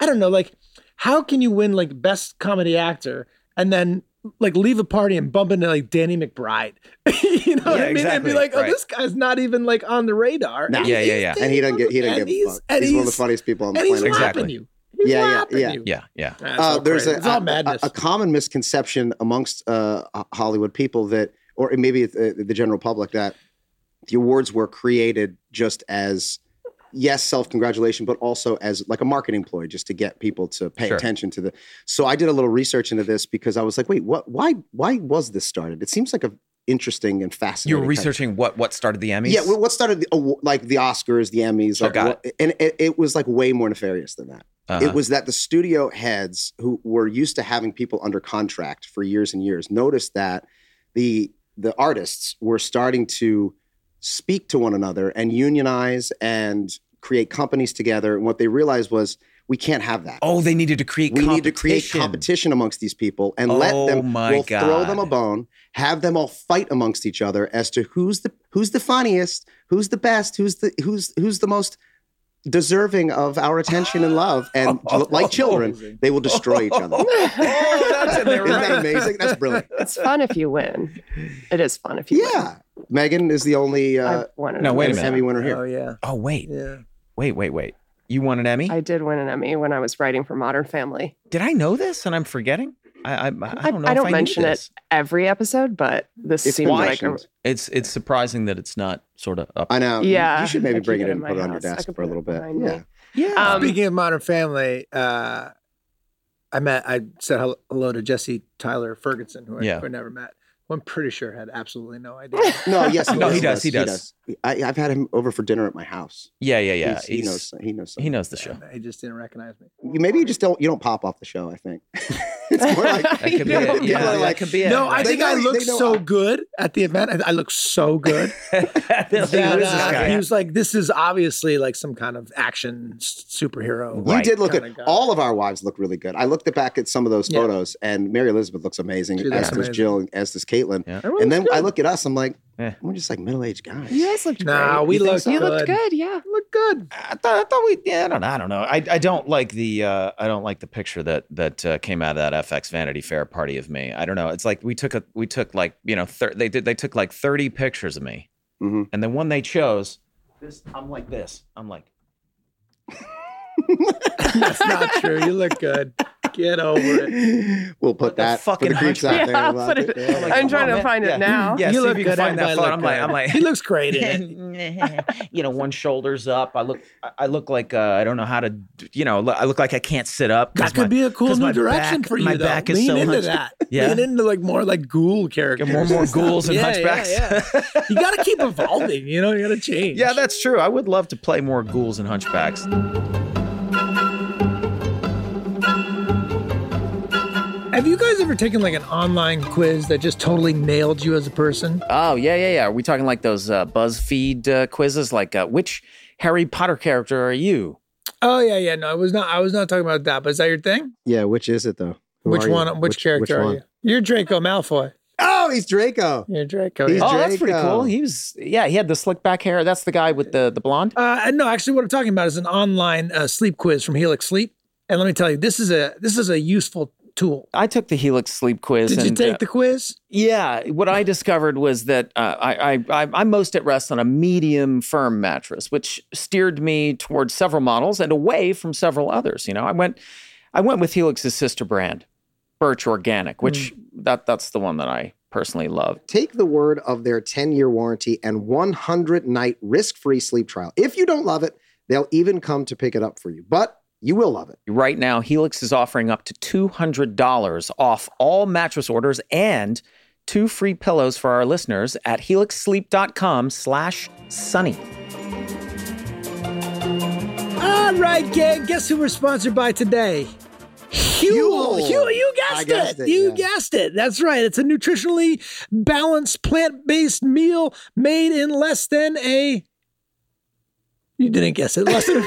[SPEAKER 1] I don't know, like how can you win like best comedy actor and then like leave a party and bump into like Danny McBride? you know what
[SPEAKER 2] Yeah,
[SPEAKER 1] I mean? And
[SPEAKER 2] exactly,
[SPEAKER 1] be like, oh,
[SPEAKER 2] right.
[SPEAKER 1] this guy's not even like on the radar.
[SPEAKER 3] No.
[SPEAKER 1] And
[SPEAKER 2] Yeah,
[SPEAKER 1] he's
[SPEAKER 2] yeah, yeah.
[SPEAKER 3] And he doesn't get. He doesn't
[SPEAKER 1] and
[SPEAKER 3] give a
[SPEAKER 1] he's-
[SPEAKER 3] fuck.
[SPEAKER 1] And
[SPEAKER 3] He's,
[SPEAKER 1] he's,
[SPEAKER 3] one of the funniest people on the
[SPEAKER 1] and he's
[SPEAKER 3] planet.
[SPEAKER 1] laughing
[SPEAKER 2] Exactly.
[SPEAKER 1] you. He's
[SPEAKER 3] Yeah, yeah,
[SPEAKER 1] laughing
[SPEAKER 3] yeah.
[SPEAKER 1] you.
[SPEAKER 2] Yeah,
[SPEAKER 1] Ah,
[SPEAKER 2] yeah.
[SPEAKER 1] it's
[SPEAKER 3] Uh,
[SPEAKER 1] all
[SPEAKER 3] there's
[SPEAKER 1] crazy.
[SPEAKER 3] a,
[SPEAKER 1] it's all
[SPEAKER 3] a-
[SPEAKER 1] madness.
[SPEAKER 3] a common misconception amongst uh, Ho- Hollywood people that, or maybe the, the general public, that the awards were created just as, yes, self congratulation, but also as like a marketing ploy, just to get people to pay
[SPEAKER 2] Sure.
[SPEAKER 3] attention to the. So I did a little research into this because I was like, wait, what? Why? Why was this started? It seems like a interesting and
[SPEAKER 2] You
[SPEAKER 3] fascinating.
[SPEAKER 2] were
[SPEAKER 3] kind of-
[SPEAKER 2] researching what what started the Emmys?
[SPEAKER 3] Yeah, well, what started the, awa- like the Oscars, the Emmys,
[SPEAKER 2] Oh,
[SPEAKER 3] like,
[SPEAKER 2] got
[SPEAKER 3] what- and it, it was like way more nefarious than that.
[SPEAKER 2] Uh-huh.
[SPEAKER 3] It was that the studio heads who were used to having people under contract for years and years noticed that the the artists were starting to speak to one another and unionize and create companies together. And what they realized was we can't have that.
[SPEAKER 2] oh, they needed to create.
[SPEAKER 3] we need to create
[SPEAKER 2] competition.
[SPEAKER 3] competition amongst these people and
[SPEAKER 2] Oh
[SPEAKER 3] let them
[SPEAKER 2] my
[SPEAKER 3] we'll throw
[SPEAKER 2] God.
[SPEAKER 3] them a bone, have them all fight amongst each other as to who's the who's the funniest, who's the best, who's the who's who's the most deserving of our attention and love. And like children, they will destroy each other.
[SPEAKER 2] Oh, that's in there,
[SPEAKER 3] Isn't that
[SPEAKER 2] right?
[SPEAKER 3] amazing? That's brilliant.
[SPEAKER 4] It's fun if you win. It is fun if you
[SPEAKER 3] Yeah. Megan is the only
[SPEAKER 4] win.
[SPEAKER 3] uh,
[SPEAKER 4] I won an
[SPEAKER 2] No, wait a
[SPEAKER 4] Emmy.
[SPEAKER 2] minute.
[SPEAKER 3] Emmy winner
[SPEAKER 1] Oh
[SPEAKER 4] Uh,
[SPEAKER 3] here.
[SPEAKER 1] yeah,
[SPEAKER 2] Oh, wait,
[SPEAKER 1] yeah.
[SPEAKER 2] wait, wait, wait. You won an Emmy?
[SPEAKER 4] I did win an Emmy when I was writing for Modern Family.
[SPEAKER 2] Did I know this? And I'm forgetting. I I, I don't know.
[SPEAKER 4] I
[SPEAKER 2] if
[SPEAKER 4] don't
[SPEAKER 2] I knew
[SPEAKER 4] mention it.
[SPEAKER 2] this.
[SPEAKER 4] Every episode, but this
[SPEAKER 3] It's
[SPEAKER 4] seemed like a,
[SPEAKER 3] mentioned.
[SPEAKER 2] It's it's surprising that it's not sort of up.
[SPEAKER 3] I know.
[SPEAKER 4] Yeah,
[SPEAKER 3] You should
[SPEAKER 4] I
[SPEAKER 3] maybe
[SPEAKER 4] keep
[SPEAKER 3] bring
[SPEAKER 4] it
[SPEAKER 3] it
[SPEAKER 4] in
[SPEAKER 3] in and
[SPEAKER 4] my
[SPEAKER 3] put it on your
[SPEAKER 4] house. I
[SPEAKER 3] desk
[SPEAKER 4] could
[SPEAKER 3] for a
[SPEAKER 4] put it
[SPEAKER 3] little bit.
[SPEAKER 4] behind me.
[SPEAKER 3] Yeah.
[SPEAKER 2] yeah.
[SPEAKER 4] Um,
[SPEAKER 1] Speaking of Modern Family, uh, I met, I said hel- hello to Jesse Tyler Ferguson, who I,
[SPEAKER 2] Yeah.
[SPEAKER 1] who I never met. Who I'm pretty sure had absolutely no idea.
[SPEAKER 3] No, yes,
[SPEAKER 2] No, he does,
[SPEAKER 3] yes,
[SPEAKER 2] he does.
[SPEAKER 3] I, I've had him over for dinner at my house.
[SPEAKER 2] yeah, yeah, yeah.
[SPEAKER 3] He's- he
[SPEAKER 2] He's-
[SPEAKER 3] knows. He knows.
[SPEAKER 2] He knows the show.
[SPEAKER 1] And He just didn't recognize me.
[SPEAKER 3] You- Maybe you just don't. You don't pop off the show. I think it's more like
[SPEAKER 2] That could be it.
[SPEAKER 3] People
[SPEAKER 2] Yeah,
[SPEAKER 3] are
[SPEAKER 2] that
[SPEAKER 3] like-
[SPEAKER 2] could be it.
[SPEAKER 1] no, I
[SPEAKER 3] They
[SPEAKER 1] think
[SPEAKER 3] know-
[SPEAKER 1] I
[SPEAKER 3] they
[SPEAKER 1] looked
[SPEAKER 3] know
[SPEAKER 1] so
[SPEAKER 3] I-
[SPEAKER 1] good at the event. I, I looked so good.
[SPEAKER 2] They're like,
[SPEAKER 1] that,
[SPEAKER 2] "Who is this
[SPEAKER 1] uh,
[SPEAKER 2] guy?"
[SPEAKER 1] He was like, "This is obviously like some kind of action s- superhero."
[SPEAKER 3] You
[SPEAKER 2] Right.
[SPEAKER 3] did look
[SPEAKER 1] Kinda
[SPEAKER 3] at
[SPEAKER 1] guy.
[SPEAKER 3] all of our wives look really good. I looked back at some of those
[SPEAKER 1] Yeah.
[SPEAKER 3] photos, and Mary Elizabeth looks amazing.
[SPEAKER 1] She looks
[SPEAKER 3] as does
[SPEAKER 1] amazing.
[SPEAKER 3] Jill, as does Caitlin.
[SPEAKER 2] Yeah.
[SPEAKER 1] Everyone
[SPEAKER 3] And then
[SPEAKER 1] looked
[SPEAKER 3] I
[SPEAKER 1] good.
[SPEAKER 3] look at us. I'm like,
[SPEAKER 2] Yeah.
[SPEAKER 3] we're just like middle aged guys.
[SPEAKER 4] You guys looked great.
[SPEAKER 1] Nah, we
[SPEAKER 3] You think
[SPEAKER 1] looked.
[SPEAKER 3] so?
[SPEAKER 4] you
[SPEAKER 1] good.
[SPEAKER 4] looked good. Yeah.
[SPEAKER 1] Looked good.
[SPEAKER 2] I thought I thought we yeah I don't know I don't know I, I don't like the uh, I don't like the picture that that uh, came out of that FX Vanity Fair party of me I don't know it's like we took a we took like you know thir- they did they took like thirty pictures of me
[SPEAKER 3] Mhm.
[SPEAKER 2] and the one they chose this I'm like this I'm like
[SPEAKER 1] That's not true. You look good. Get over it.
[SPEAKER 3] We'll
[SPEAKER 2] What
[SPEAKER 3] put
[SPEAKER 2] the
[SPEAKER 3] that
[SPEAKER 2] fucking
[SPEAKER 3] for the creeps
[SPEAKER 2] hunch-
[SPEAKER 3] out
[SPEAKER 4] Yeah, I'll
[SPEAKER 3] there.
[SPEAKER 4] put it-
[SPEAKER 3] Yeah.
[SPEAKER 4] I'm trying to
[SPEAKER 2] man.
[SPEAKER 4] find it
[SPEAKER 2] Yeah.
[SPEAKER 4] now.
[SPEAKER 2] yeah see
[SPEAKER 1] you
[SPEAKER 2] if
[SPEAKER 1] look
[SPEAKER 2] you
[SPEAKER 1] good.
[SPEAKER 2] can find that
[SPEAKER 1] Everybody
[SPEAKER 2] photo
[SPEAKER 1] looked
[SPEAKER 2] I'm like
[SPEAKER 1] good.
[SPEAKER 2] I'm like
[SPEAKER 1] he looks great in it.
[SPEAKER 2] you know, one shoulder's up. I look, I- I look like uh, I don't know how to, d- you know, lo- I look like I can't sit up. 'cause
[SPEAKER 1] That could
[SPEAKER 2] my-
[SPEAKER 1] be a cool
[SPEAKER 2] 'cause
[SPEAKER 1] new
[SPEAKER 2] my
[SPEAKER 1] direction
[SPEAKER 2] back-
[SPEAKER 1] for you.
[SPEAKER 2] my
[SPEAKER 1] though.
[SPEAKER 2] back is
[SPEAKER 1] Lean
[SPEAKER 2] so
[SPEAKER 1] into
[SPEAKER 2] hunched-
[SPEAKER 1] that.
[SPEAKER 2] Yeah.
[SPEAKER 1] Lean into like more like ghoul characters.
[SPEAKER 2] Get more, more ghouls and
[SPEAKER 1] Yeah, yeah,
[SPEAKER 2] hunchbacks.
[SPEAKER 1] yeah.
[SPEAKER 2] Yeah,
[SPEAKER 1] you got to keep evolving. You know, you got to change.
[SPEAKER 2] that's true. I would love to play more ghouls and hunchbacks.
[SPEAKER 1] Have you guys ever taken like an online quiz that just totally nailed you as a person?
[SPEAKER 2] Oh yeah, yeah, yeah. Are we talking like those uh, BuzzFeed uh, quizzes? Like, uh, which Harry Potter character are you?
[SPEAKER 1] Oh yeah, yeah. No, I was not. I was not talking about that. But is that your thing?
[SPEAKER 3] Yeah, which is it though? Who
[SPEAKER 1] which
[SPEAKER 3] are you?
[SPEAKER 1] one? Which, character are
[SPEAKER 3] one?
[SPEAKER 1] you? You're Draco Malfoy.
[SPEAKER 3] Oh, he's Draco.
[SPEAKER 1] You're Draco.
[SPEAKER 3] He's
[SPEAKER 1] yeah.
[SPEAKER 2] oh, that's pretty
[SPEAKER 3] Draco.
[SPEAKER 2] cool. He was, yeah, he had the slick back hair. That's the guy with the the blonde.
[SPEAKER 1] Uh, no, actually, what I'm talking about is an online uh, sleep quiz from Helix Sleep. And let me tell you, this is a this is a useful tool.
[SPEAKER 2] I took the Helix sleep quiz.
[SPEAKER 1] Did you
[SPEAKER 2] and,
[SPEAKER 1] take
[SPEAKER 2] uh,
[SPEAKER 1] the quiz?
[SPEAKER 2] Yeah, what I discovered was that uh, I, I, I I'm most at rest on a medium firm mattress, which steered me towards several models and away from several others. You know, I went I went with Helix's sister brand, Birch Organic, which
[SPEAKER 1] Hmm.
[SPEAKER 2] that that's the one that I personally love.
[SPEAKER 3] Take the word of their 10 year warranty and 100 night risk free sleep trial. If you don't love it, They'll even come to pick it up for you, but you will love it.
[SPEAKER 2] Right now, Helix is offering up to $200 off all mattress orders and two free pillows for our listeners at helixsleep.com slash sunny.
[SPEAKER 1] All right, gang. Guess who we're sponsored by today? Huel.
[SPEAKER 3] Huel.
[SPEAKER 1] Huel, you guessed,
[SPEAKER 3] I guessed
[SPEAKER 1] it.
[SPEAKER 3] it,
[SPEAKER 1] You
[SPEAKER 3] yeah.
[SPEAKER 1] guessed it. That's right. It's a nutritionally balanced plant based meal made in less than a. You didn't guess it. Less than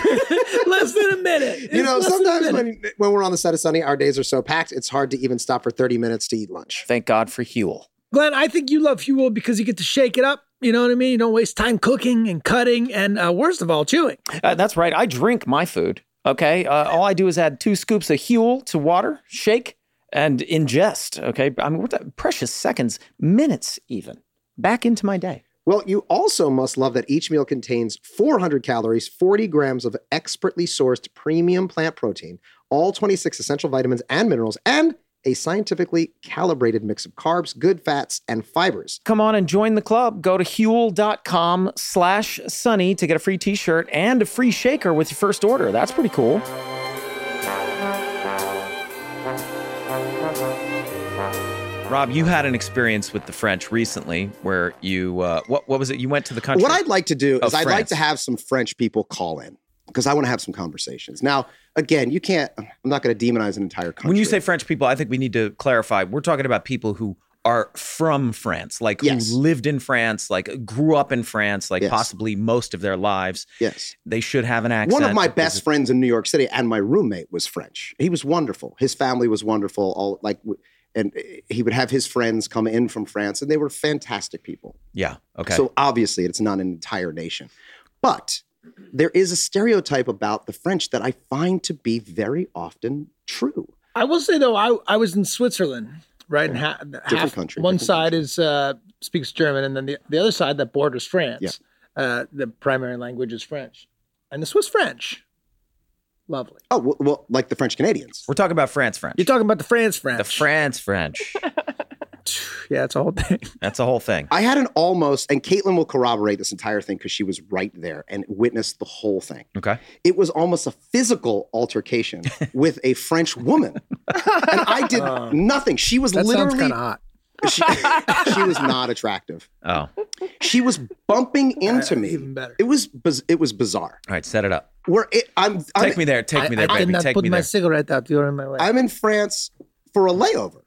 [SPEAKER 1] less than a minute.
[SPEAKER 3] You know,
[SPEAKER 1] It's less than a
[SPEAKER 3] sometimes
[SPEAKER 1] minute.
[SPEAKER 3] when, when we're on the set of Sunny, our days are so packed, it's hard to even stop for 30 minutes to eat lunch.
[SPEAKER 2] Thank God for Huel.
[SPEAKER 1] Glenn, I think you love Huel because you get to shake it up. You know what I mean? You don't waste time cooking and cutting and uh, worst of all, chewing.
[SPEAKER 2] Uh, that's right. I drink my food. Okay. Uh, all I do is add two scoops of Huel to water, shake, and ingest. Okay. I mean, what the precious seconds, minutes even, back into my day.
[SPEAKER 3] Well, you also must love that each meal contains 400 calories, 40 grams of expertly sourced premium plant protein, all 26 essential vitamins and minerals, and a scientifically calibrated mix of carbs, good fats, and fibers.
[SPEAKER 2] Come on and join the club. Go to huel.com slash sunny to get a free t-shirt and a free shaker with your first order. That's pretty cool. Rob, you had an experience with the French recently where you, uh, what, what was it? You went to the country.
[SPEAKER 3] What I'd like to do
[SPEAKER 2] Oh,
[SPEAKER 3] is I'd like
[SPEAKER 2] France.
[SPEAKER 3] to have some French people call in because I want to have some conversations. Now, again, you can't, I'm not going to demonize an entire country.
[SPEAKER 2] When you say French people, I think we need to clarify. We're talking about people who are from France, like
[SPEAKER 3] Yes.
[SPEAKER 2] who lived in France, like grew up in France, like
[SPEAKER 3] Yes.
[SPEAKER 2] possibly most of their lives.
[SPEAKER 3] yes.
[SPEAKER 2] They should have an accent.
[SPEAKER 3] One of my
[SPEAKER 2] because
[SPEAKER 3] best friends in New York City and my roommate was French. He was wonderful. His family was wonderful. All like, w- and uh, he would have his friends come in from France, and they were fantastic people.
[SPEAKER 2] Yeah. Okay.
[SPEAKER 3] So obviously, it's not an entire nation, but there is a stereotype about the French that I find to be very often true.
[SPEAKER 1] I will say though, I, I was in Switzerland, right? And ha- half,
[SPEAKER 3] country,
[SPEAKER 1] One
[SPEAKER 3] different
[SPEAKER 1] side is uh, speaks German, and then the, the other side that borders France.
[SPEAKER 3] Yeah.
[SPEAKER 1] Uh, the primary language is French, and the Swiss French. Lovely.
[SPEAKER 3] Oh well, well like the French Canadians.
[SPEAKER 2] We're talking about France, French.
[SPEAKER 1] You're talking about the France French.
[SPEAKER 2] the France, French.
[SPEAKER 1] Yeah, it's a whole thing.
[SPEAKER 2] That's the whole thing.
[SPEAKER 3] I had an almost, and Caitlin will corroborate this entire thing because she was right there and witnessed the whole thing.
[SPEAKER 2] Okay.
[SPEAKER 3] it was almost a physical altercation with a French woman. And I did
[SPEAKER 1] Oh.
[SPEAKER 3] nothing. She was
[SPEAKER 1] That sounds
[SPEAKER 3] literally,
[SPEAKER 1] kind of hot.
[SPEAKER 3] she, she was not attractive.
[SPEAKER 2] Oh, all
[SPEAKER 3] She was bumping into
[SPEAKER 1] Uh,
[SPEAKER 3] me.
[SPEAKER 1] Even better.
[SPEAKER 3] It was, biz- it was bizarre.
[SPEAKER 2] right. Set it up.
[SPEAKER 3] Where it, I'm, I'm,
[SPEAKER 2] Take me there. Take
[SPEAKER 1] I,
[SPEAKER 2] me there,
[SPEAKER 1] I did
[SPEAKER 2] baby.
[SPEAKER 1] not
[SPEAKER 2] Take
[SPEAKER 1] put
[SPEAKER 2] me
[SPEAKER 1] my
[SPEAKER 2] there.
[SPEAKER 1] cigarette out during my way.
[SPEAKER 3] I'm in France for a layover.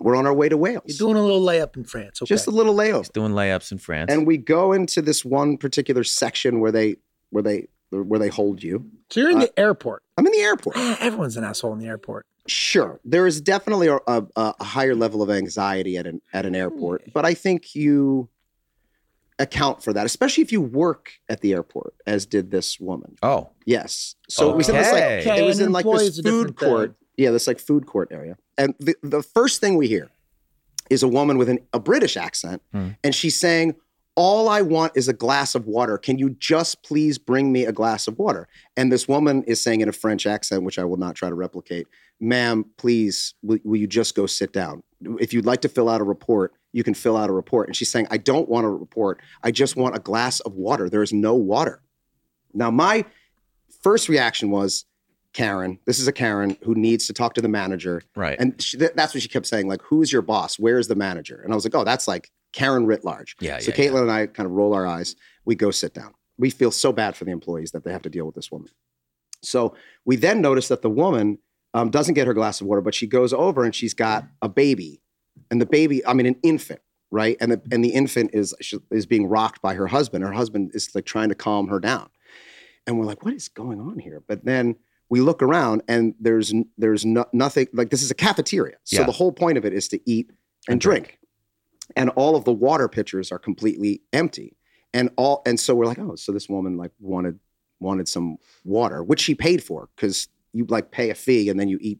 [SPEAKER 3] We're on our way to Wales.
[SPEAKER 1] You're doing a little layup in France. Okay.
[SPEAKER 3] Just a little layover.
[SPEAKER 2] Doing layups in France.
[SPEAKER 3] And we go into this one particular section where they, where they, where they hold you.
[SPEAKER 1] so you're in
[SPEAKER 3] uh,
[SPEAKER 1] the airport.
[SPEAKER 3] I'm in the airport.
[SPEAKER 1] Ah, Everyone's an asshole in the airport.
[SPEAKER 3] Sure, there is definitely a, a, a higher level of anxiety at an at an airport, but I think you account for that, especially if you work at the airport, as did this woman.
[SPEAKER 2] oh,
[SPEAKER 3] Yes, so it was in this like
[SPEAKER 2] Okay.
[SPEAKER 3] it was
[SPEAKER 1] an
[SPEAKER 3] in like
[SPEAKER 1] employee's
[SPEAKER 3] this
[SPEAKER 1] a
[SPEAKER 3] food
[SPEAKER 1] different thing.
[SPEAKER 3] court. Yeah, this like food court area, and the, the first thing we hear is a woman with an, a British accent,
[SPEAKER 2] Hmm.
[SPEAKER 3] and she's saying. All I want is a glass of water. Can you just please bring me a glass of water? And this woman is saying in a French accent, which I will not try to replicate, ma'am, please, will, will you just go sit down? If you'd like to fill out a report, you can fill out a report. And she's saying, I don't want a report. I just want a glass of water. There is no water. Now, my first reaction was, Karen, this is a Karen who needs to talk to the manager.
[SPEAKER 2] right.
[SPEAKER 3] And she, th- that's what she kept saying, like, who is your boss? Where is the manager? And I was like, oh, that's like Karen writ large.
[SPEAKER 2] Yeah,
[SPEAKER 3] So
[SPEAKER 2] yeah,
[SPEAKER 3] Caitlin and I kind of roll our eyes. We go sit down. We feel so bad for the employees that they have to deal with this woman. So we then notice that the woman um, doesn't get her glass of water, but she goes over and she's got a baby, and the baby, I mean, an infant, right? And the and the infant is she, is being rocked by her husband. Her husband is like trying to calm her down, and we're like, what is going on here? But then we look around and there's n- there's no, nothing like this is a cafeteria. So
[SPEAKER 2] Yeah.
[SPEAKER 3] the whole point of it is to eat and,
[SPEAKER 2] And drink.
[SPEAKER 3] drink. And all of the water pitchers are completely empty. And all and so we're like, oh, so this woman like wanted wanted some water, which she paid for because you like pay a fee and then you eat.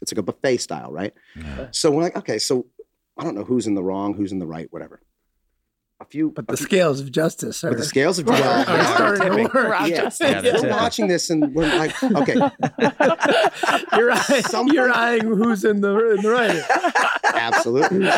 [SPEAKER 3] It's like a buffet style, right?
[SPEAKER 2] Yeah.
[SPEAKER 3] So we're like, okay, so I don't know who's in the wrong, who's in the right, whatever. a few.
[SPEAKER 1] But the scales of justice are,
[SPEAKER 3] but the scales of
[SPEAKER 1] are,
[SPEAKER 3] well,
[SPEAKER 1] starting to
[SPEAKER 4] We're
[SPEAKER 1] work.
[SPEAKER 4] out
[SPEAKER 3] Yeah.
[SPEAKER 4] justice.
[SPEAKER 2] Yeah, that's
[SPEAKER 3] we're
[SPEAKER 2] it.
[SPEAKER 3] watching this and we're like, okay,
[SPEAKER 1] You're eyeing,
[SPEAKER 3] Something-
[SPEAKER 1] you're eyeing who's in the in the writing.
[SPEAKER 3] absolutely.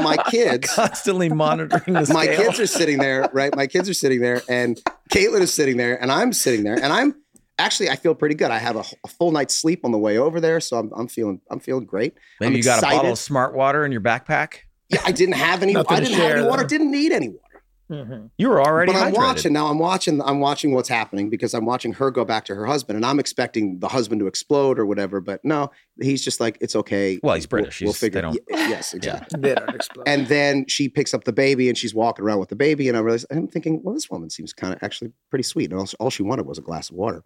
[SPEAKER 3] my kids,
[SPEAKER 2] Constantly monitoring the
[SPEAKER 3] my
[SPEAKER 2] scale.
[SPEAKER 3] kids are sitting there, right? My kids are sitting there, and Caitlin is sitting there, and I'm sitting there, and I'm actually I feel pretty good. I have a, a full night's sleep on the way over there, so I'm, I'm feeling I'm feeling great.
[SPEAKER 2] Maybe
[SPEAKER 3] I'm
[SPEAKER 2] you got a bottle
[SPEAKER 3] excited.
[SPEAKER 2] of smart water in your backpack.
[SPEAKER 3] Yeah, I didn't have any.
[SPEAKER 1] Nothing
[SPEAKER 3] I
[SPEAKER 1] to
[SPEAKER 3] didn't have
[SPEAKER 1] share,
[SPEAKER 3] any water.
[SPEAKER 1] though.
[SPEAKER 3] Didn't need any water.
[SPEAKER 2] You were already
[SPEAKER 3] but I'm
[SPEAKER 2] hydrated.
[SPEAKER 3] watching now. I'm watching. I'm watching what's happening because I'm watching her go back to her husband, and I'm expecting the husband to explode or whatever. But no, he's just like, it's okay.
[SPEAKER 2] Well, he's British.
[SPEAKER 3] We'll, we'll
[SPEAKER 2] He's-
[SPEAKER 3] figure.
[SPEAKER 2] they
[SPEAKER 3] it
[SPEAKER 2] don't-
[SPEAKER 3] y- yes, exactly.
[SPEAKER 1] They don't explode.
[SPEAKER 3] And then she picks up the baby, and she's walking around with the baby, and I realize I'm thinking, well, this woman seems kind of actually pretty sweet, and all, all she wanted was a glass of water.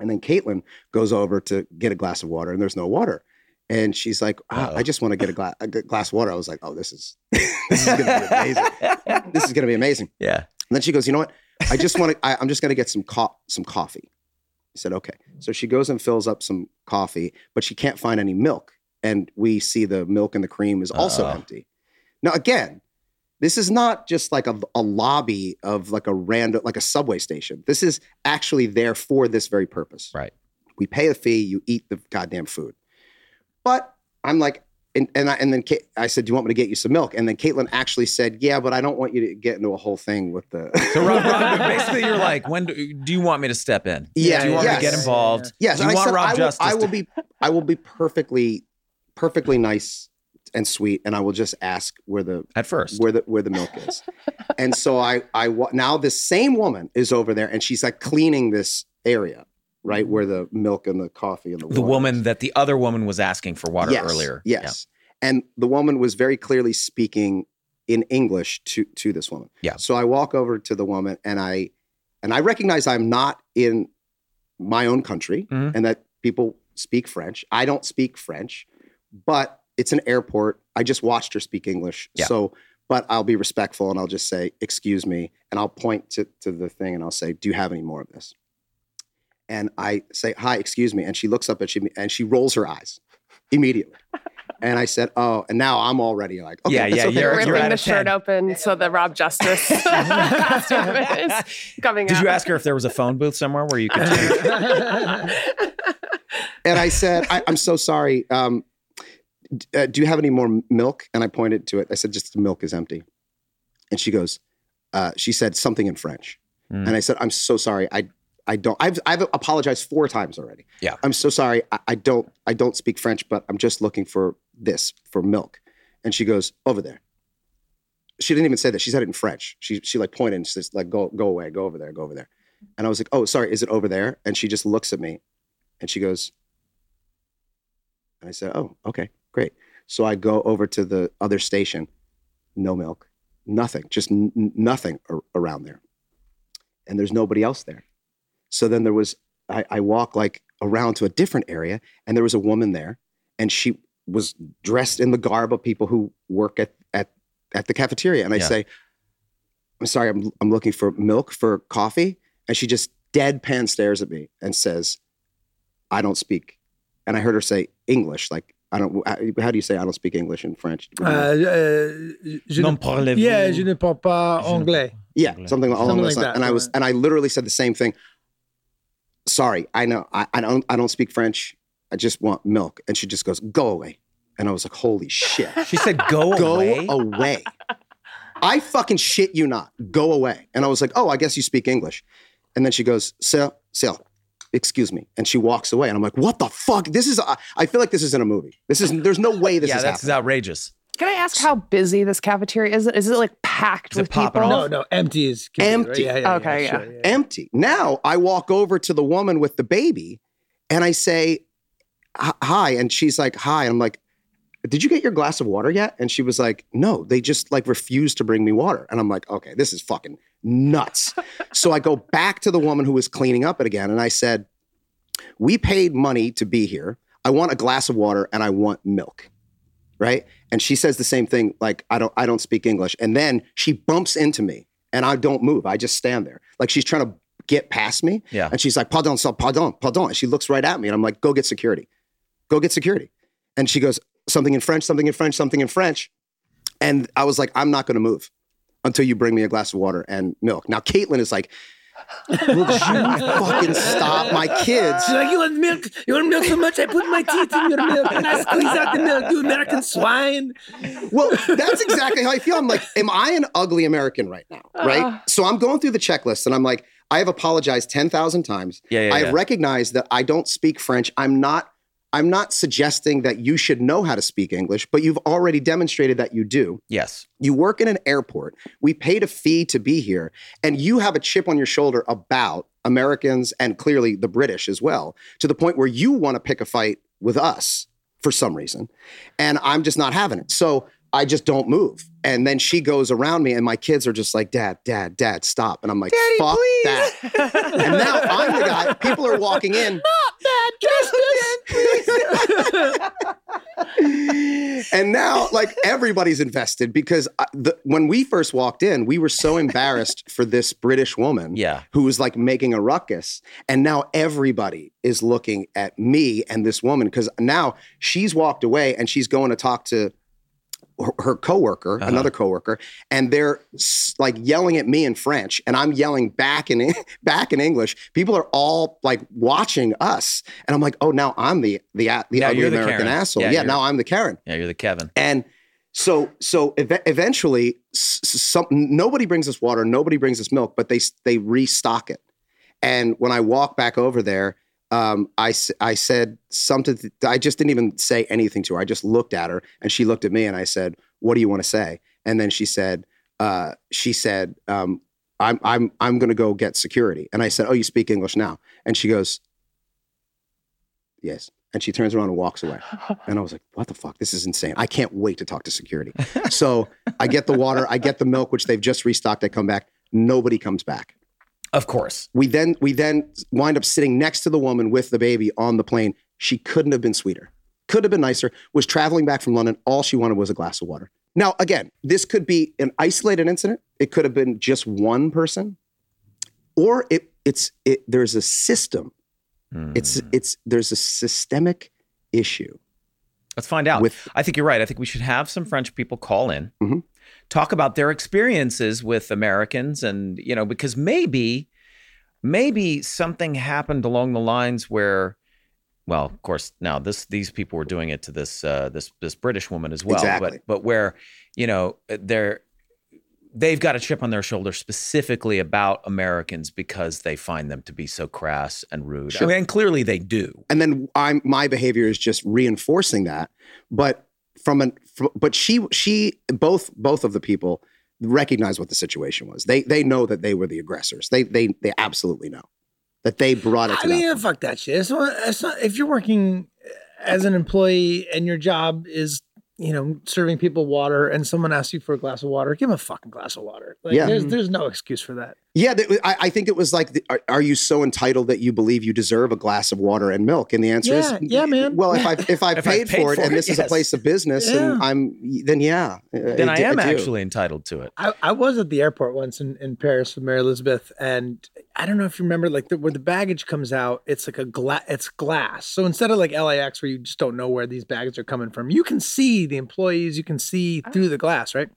[SPEAKER 3] And then Caitlin goes over to get a glass of water, and there's no water. And she's like, ah,
[SPEAKER 2] Uh-oh.
[SPEAKER 3] I just want to get a, gla- a gl- glass of water. I was like, oh, this is this is gonna be amazing. this is gonna be amazing.
[SPEAKER 2] yeah.
[SPEAKER 3] And then she goes, you know what? I just want to. I'm just going to get some co- some coffee. I said, okay. So she goes and fills up some coffee, but she can't find any milk. And we see the milk and the cream is also
[SPEAKER 2] Oh.
[SPEAKER 3] empty. Now again, this is not just like a, a lobby of like a random like a subway station. This is actually there for this very purpose.
[SPEAKER 2] Right.
[SPEAKER 3] We pay a fee. You eat the goddamn food. But I'm like, and and, I, and then Kate, I said, "Do you want me to get you some milk?" And then Caitlin actually said, "Yeah, but I don't want you to get into a whole thing with the."
[SPEAKER 2] So Rob, Rob, basically, you're like, when do, do you want me to step in?
[SPEAKER 3] Yeah,
[SPEAKER 2] Do you want
[SPEAKER 3] yes.
[SPEAKER 2] me to get involved?
[SPEAKER 3] Yes,
[SPEAKER 2] Do you
[SPEAKER 3] and I
[SPEAKER 2] want
[SPEAKER 3] said
[SPEAKER 2] Rob
[SPEAKER 3] I will,
[SPEAKER 2] Justice
[SPEAKER 3] I
[SPEAKER 2] to-
[SPEAKER 3] will be I will be perfectly perfectly nice and sweet, and I will just ask where the
[SPEAKER 2] At first.
[SPEAKER 3] where the where the milk is. and so I I wa- now this same woman is over there, and she's like cleaning this area right where the milk and the coffee and the
[SPEAKER 2] Mm-hmm. the
[SPEAKER 3] water
[SPEAKER 2] woman
[SPEAKER 3] is.
[SPEAKER 2] that the other woman was asking for water
[SPEAKER 3] yes,
[SPEAKER 2] earlier.
[SPEAKER 3] Yes, and the woman was very clearly speaking in English to to this woman.
[SPEAKER 2] Yeah.
[SPEAKER 3] So I walk over to the woman, and I and I recognize I'm not in my own country
[SPEAKER 2] Mhm.
[SPEAKER 3] and that people speak French. I don't speak French, but it's an airport. I just watched her speak English.
[SPEAKER 2] Yeah.
[SPEAKER 3] So, but I'll be respectful and I'll just say, excuse me. And I'll point to, to the thing and I'll say, do you have any more of this? And I say, hi, excuse me. And she looks up at she and she rolls her eyes immediately. and I said, oh, and now I'm already like, okay,
[SPEAKER 2] Yeah,
[SPEAKER 3] that's
[SPEAKER 2] yeah,
[SPEAKER 3] okay.
[SPEAKER 2] you're-
[SPEAKER 3] that's
[SPEAKER 2] you're
[SPEAKER 4] ripping
[SPEAKER 2] at
[SPEAKER 4] the
[SPEAKER 2] a
[SPEAKER 4] shirt
[SPEAKER 2] 10.
[SPEAKER 4] open so the Rob Justice is
[SPEAKER 2] Yeah.
[SPEAKER 4] coming
[SPEAKER 2] Did
[SPEAKER 4] out.
[SPEAKER 2] you ask her if there was a phone booth somewhere where you could?
[SPEAKER 3] Uh, and I said, I, I'm so sorry. Um, d- uh, do you have any more m- milk? And I pointed to it. I said, just the milk is empty. And she goes, uh, she said something in French.
[SPEAKER 2] Mm.
[SPEAKER 3] And I said, I'm so sorry. I, I don't, I've, I've apologized four times already.
[SPEAKER 2] Yeah.
[SPEAKER 3] I'm so sorry. I, I don't, I don't speak French, but I'm just looking for this, for milk. And she goes, over there. She didn't even say that. She said it in French. She, she like pointed and she says like, go, go away, go over there, go over there. And I was like, oh, sorry, is it over there? And she just looks at me and she goes, and I said, Oh, okay, great. So I go over to the other station, no milk, nothing, just n- n- nothing ar- around there. And there's nobody else there. So then there was, I, I walk like around to a different area, and there was a woman there, and she was dressed in the garb of people who work at, at, at the cafeteria. And I
[SPEAKER 2] Yeah.
[SPEAKER 3] say, I'm sorry, I'm, I'm looking for milk for coffee. And she just deadpan stares at me and says, I don't speak. And I heard her say English, like, I don't, how how do you say I don't speak English in French?
[SPEAKER 1] Uh, uh, je
[SPEAKER 2] Non
[SPEAKER 1] ne,
[SPEAKER 2] parlez-vous.
[SPEAKER 1] yeah, je ne parle pas
[SPEAKER 2] Je ne-
[SPEAKER 1] anglais.
[SPEAKER 3] Yeah,
[SPEAKER 2] Something like-
[SPEAKER 3] something along
[SPEAKER 1] Something
[SPEAKER 3] those
[SPEAKER 1] like
[SPEAKER 3] lines.
[SPEAKER 1] that,
[SPEAKER 3] And I was,
[SPEAKER 1] right.
[SPEAKER 3] and I literally said the same thing. Sorry, I know, I, I don't, I don't speak French. I just want milk. And she just goes, "Go away." And I was like, "Holy shit,
[SPEAKER 2] She said, "Go,
[SPEAKER 3] go
[SPEAKER 2] away."
[SPEAKER 3] away." I fucking shit you not. Go away. And I was like, "Oh, I guess you speak English." And then she goes, "Sir, sir, excuse me." And she walks away. And I'm like, "What the fuck? This is. I, I feel like this is in a movie. This is. There's no way this
[SPEAKER 2] yeah,
[SPEAKER 3] is
[SPEAKER 2] that's
[SPEAKER 3] happening."
[SPEAKER 2] outrageous.
[SPEAKER 4] Can I ask how busy this cafeteria is? Is it like packed
[SPEAKER 2] Is it
[SPEAKER 4] with
[SPEAKER 2] popping
[SPEAKER 4] people?
[SPEAKER 1] No, no, empty is can be, right?
[SPEAKER 3] Empty.
[SPEAKER 1] Yeah, yeah, yeah,
[SPEAKER 4] Okay,
[SPEAKER 1] sure,
[SPEAKER 4] yeah.
[SPEAKER 1] yeah.
[SPEAKER 3] empty. Now I walk over to the woman with the baby and I say, "H- Hi. And she's like, Hi. And I'm like, Did you get your glass of water yet? And she was like, No, they just like refused to bring me water. And I'm like, Okay, this is fucking nuts. so I go back to the woman who was cleaning up it again and I said, We paid money to be here. I want a glass of water and I want milk. Right. And she says the same thing, like, I don't I don't speak English. And then she bumps into me and I don't move. I just stand there. Like she's trying to get past me.
[SPEAKER 2] Yeah.
[SPEAKER 3] And she's like, pardon, sir, pardon, pardon. And she looks right at me. And I'm like, go get security. Go get security. And she goes, something in French, something in French, something in French. And I was like, I'm not going to move. until you bring me a glass of water and milk. Now, Caitlin is like, Will you fucking stop my kids?
[SPEAKER 1] She's like, you want milk? You want milk so much? I put my teeth in your milk and I squeeze out the milk. You American swine.
[SPEAKER 3] Well, that's exactly how I feel. I'm like, am I an ugly American right now? Right?
[SPEAKER 4] Ah.
[SPEAKER 3] so I'm going through the checklist and I'm like, I have apologized 10,000 times.
[SPEAKER 2] Yeah, yeah,
[SPEAKER 3] I
[SPEAKER 2] yeah.
[SPEAKER 3] recognize that I don't speak French. I'm not I'm not suggesting that you should know how to speak English, but you've already demonstrated that you do.
[SPEAKER 2] yes.
[SPEAKER 3] You work in an airport. We paid a fee to be here, and you have a chip on your shoulder about Americans and clearly the British as well, to the point where you want to pick a fight with us for some reason. And I'm just not having it. So I just don't move. And then she goes around me, and my kids are just like, Dad, Dad, Dad, stop. And I'm like, Fuck that. and now I'm the guy. People are walking in. and now like everybody's invested because I, the, when we first walked in we were so embarrassed for this british woman
[SPEAKER 2] Yeah.
[SPEAKER 3] who was like making a ruckus and now everybody is looking at me and this woman because now she's walked away and she's going to talk to her, her coworker
[SPEAKER 2] Uh-huh.
[SPEAKER 3] another coworker and they're s- like yelling at me in french and i'm yelling back in back in english people are all like watching us and i'm like oh now i'm the the, the
[SPEAKER 2] Now
[SPEAKER 3] ugly
[SPEAKER 2] you're the
[SPEAKER 3] american
[SPEAKER 2] Karen.
[SPEAKER 3] asshole
[SPEAKER 2] Yeah,
[SPEAKER 3] yeah
[SPEAKER 2] you're-
[SPEAKER 3] now i'm the karen
[SPEAKER 2] Yeah, you're the Kevin.
[SPEAKER 3] and so, so ev- eventually, s- s- some, nobody brings us water, nobody brings us milk, but they s- they restock it. And when I walk back over there, um, I s- I said something. th- I just didn't even say anything to her. I just looked at her, and she looked at me, and I said, "What do you want to say?" And then she said, uh, "She said." Um, I'm I'm I'm gonna go get security, and I said, "Oh, you speak English now?" And she goes, "Yes." And she turns around and walks away. And I was like, what the fuck? This is insane. I can't wait to talk to security. So I get the water, I get the milk, which they've just restocked. I come back. Nobody comes back.
[SPEAKER 2] Of course.
[SPEAKER 3] We then we then wind up sitting next to the woman with the baby on the plane. She couldn't have been sweeter. Could have been nicer. Was traveling back from London. All she wanted was a glass of water. Now, again, this could be an isolated incident. It could have been just one person, or it it's it, there's a system.
[SPEAKER 2] Hmm.
[SPEAKER 3] It's it's there's a systemic issue.
[SPEAKER 2] Let's find out.
[SPEAKER 3] With-
[SPEAKER 2] I think you're right. I think we should have
[SPEAKER 3] Mm-hmm.
[SPEAKER 2] some French people call in,
[SPEAKER 3] Mhm.
[SPEAKER 2] talk about their experiences with Americans, and you know, because maybe, maybe something happened along the lines where, well, of course, now this these people were doing it to this uh, this this British woman as well,
[SPEAKER 3] Exactly.
[SPEAKER 2] but but where, you know, they're they've got a chip on their shoulder specifically about Americans because they find them to be so crass and rude. I
[SPEAKER 3] Sure.
[SPEAKER 2] mean, and clearly they do.
[SPEAKER 3] and then I'm my behavior is just reinforcing that. But from an fr- but she she both both of the people recognize what the situation was. They they know that they were the aggressors. They they they absolutely know that they brought it to
[SPEAKER 1] I mean,
[SPEAKER 3] them.
[SPEAKER 1] yeah, fuck that shit. It's not, it's not, if you're working as an employee and your job is, you know, serving people water and someone asks you for a glass of water, give them a fucking glass of water. Like,
[SPEAKER 3] Yeah.
[SPEAKER 1] There's, there's no excuse for that.
[SPEAKER 3] Yeah, that, I, I think it was like, the, are, are you so entitled that you believe you deserve a glass of water and milk? And the answer
[SPEAKER 1] Yeah,
[SPEAKER 3] is,
[SPEAKER 1] yeah, man.
[SPEAKER 3] Well, if I if I
[SPEAKER 2] If I
[SPEAKER 3] paid, for it, and this is a
[SPEAKER 2] yes.
[SPEAKER 3] place of business,
[SPEAKER 1] Yeah.
[SPEAKER 3] and I'm then yeah,
[SPEAKER 2] Then I,
[SPEAKER 3] do-
[SPEAKER 2] am
[SPEAKER 3] do.
[SPEAKER 2] actually entitled to it.
[SPEAKER 1] I, I was at the airport once in, in Paris with Mary Elizabeth, and I don't know if you remember, like the, where the baggage comes out, it's like a glass, it's glass. So instead of like LAX where you just don't know where these bags are coming from, you can see the employees, you can see
[SPEAKER 2] Oh.
[SPEAKER 1] through the glass, right?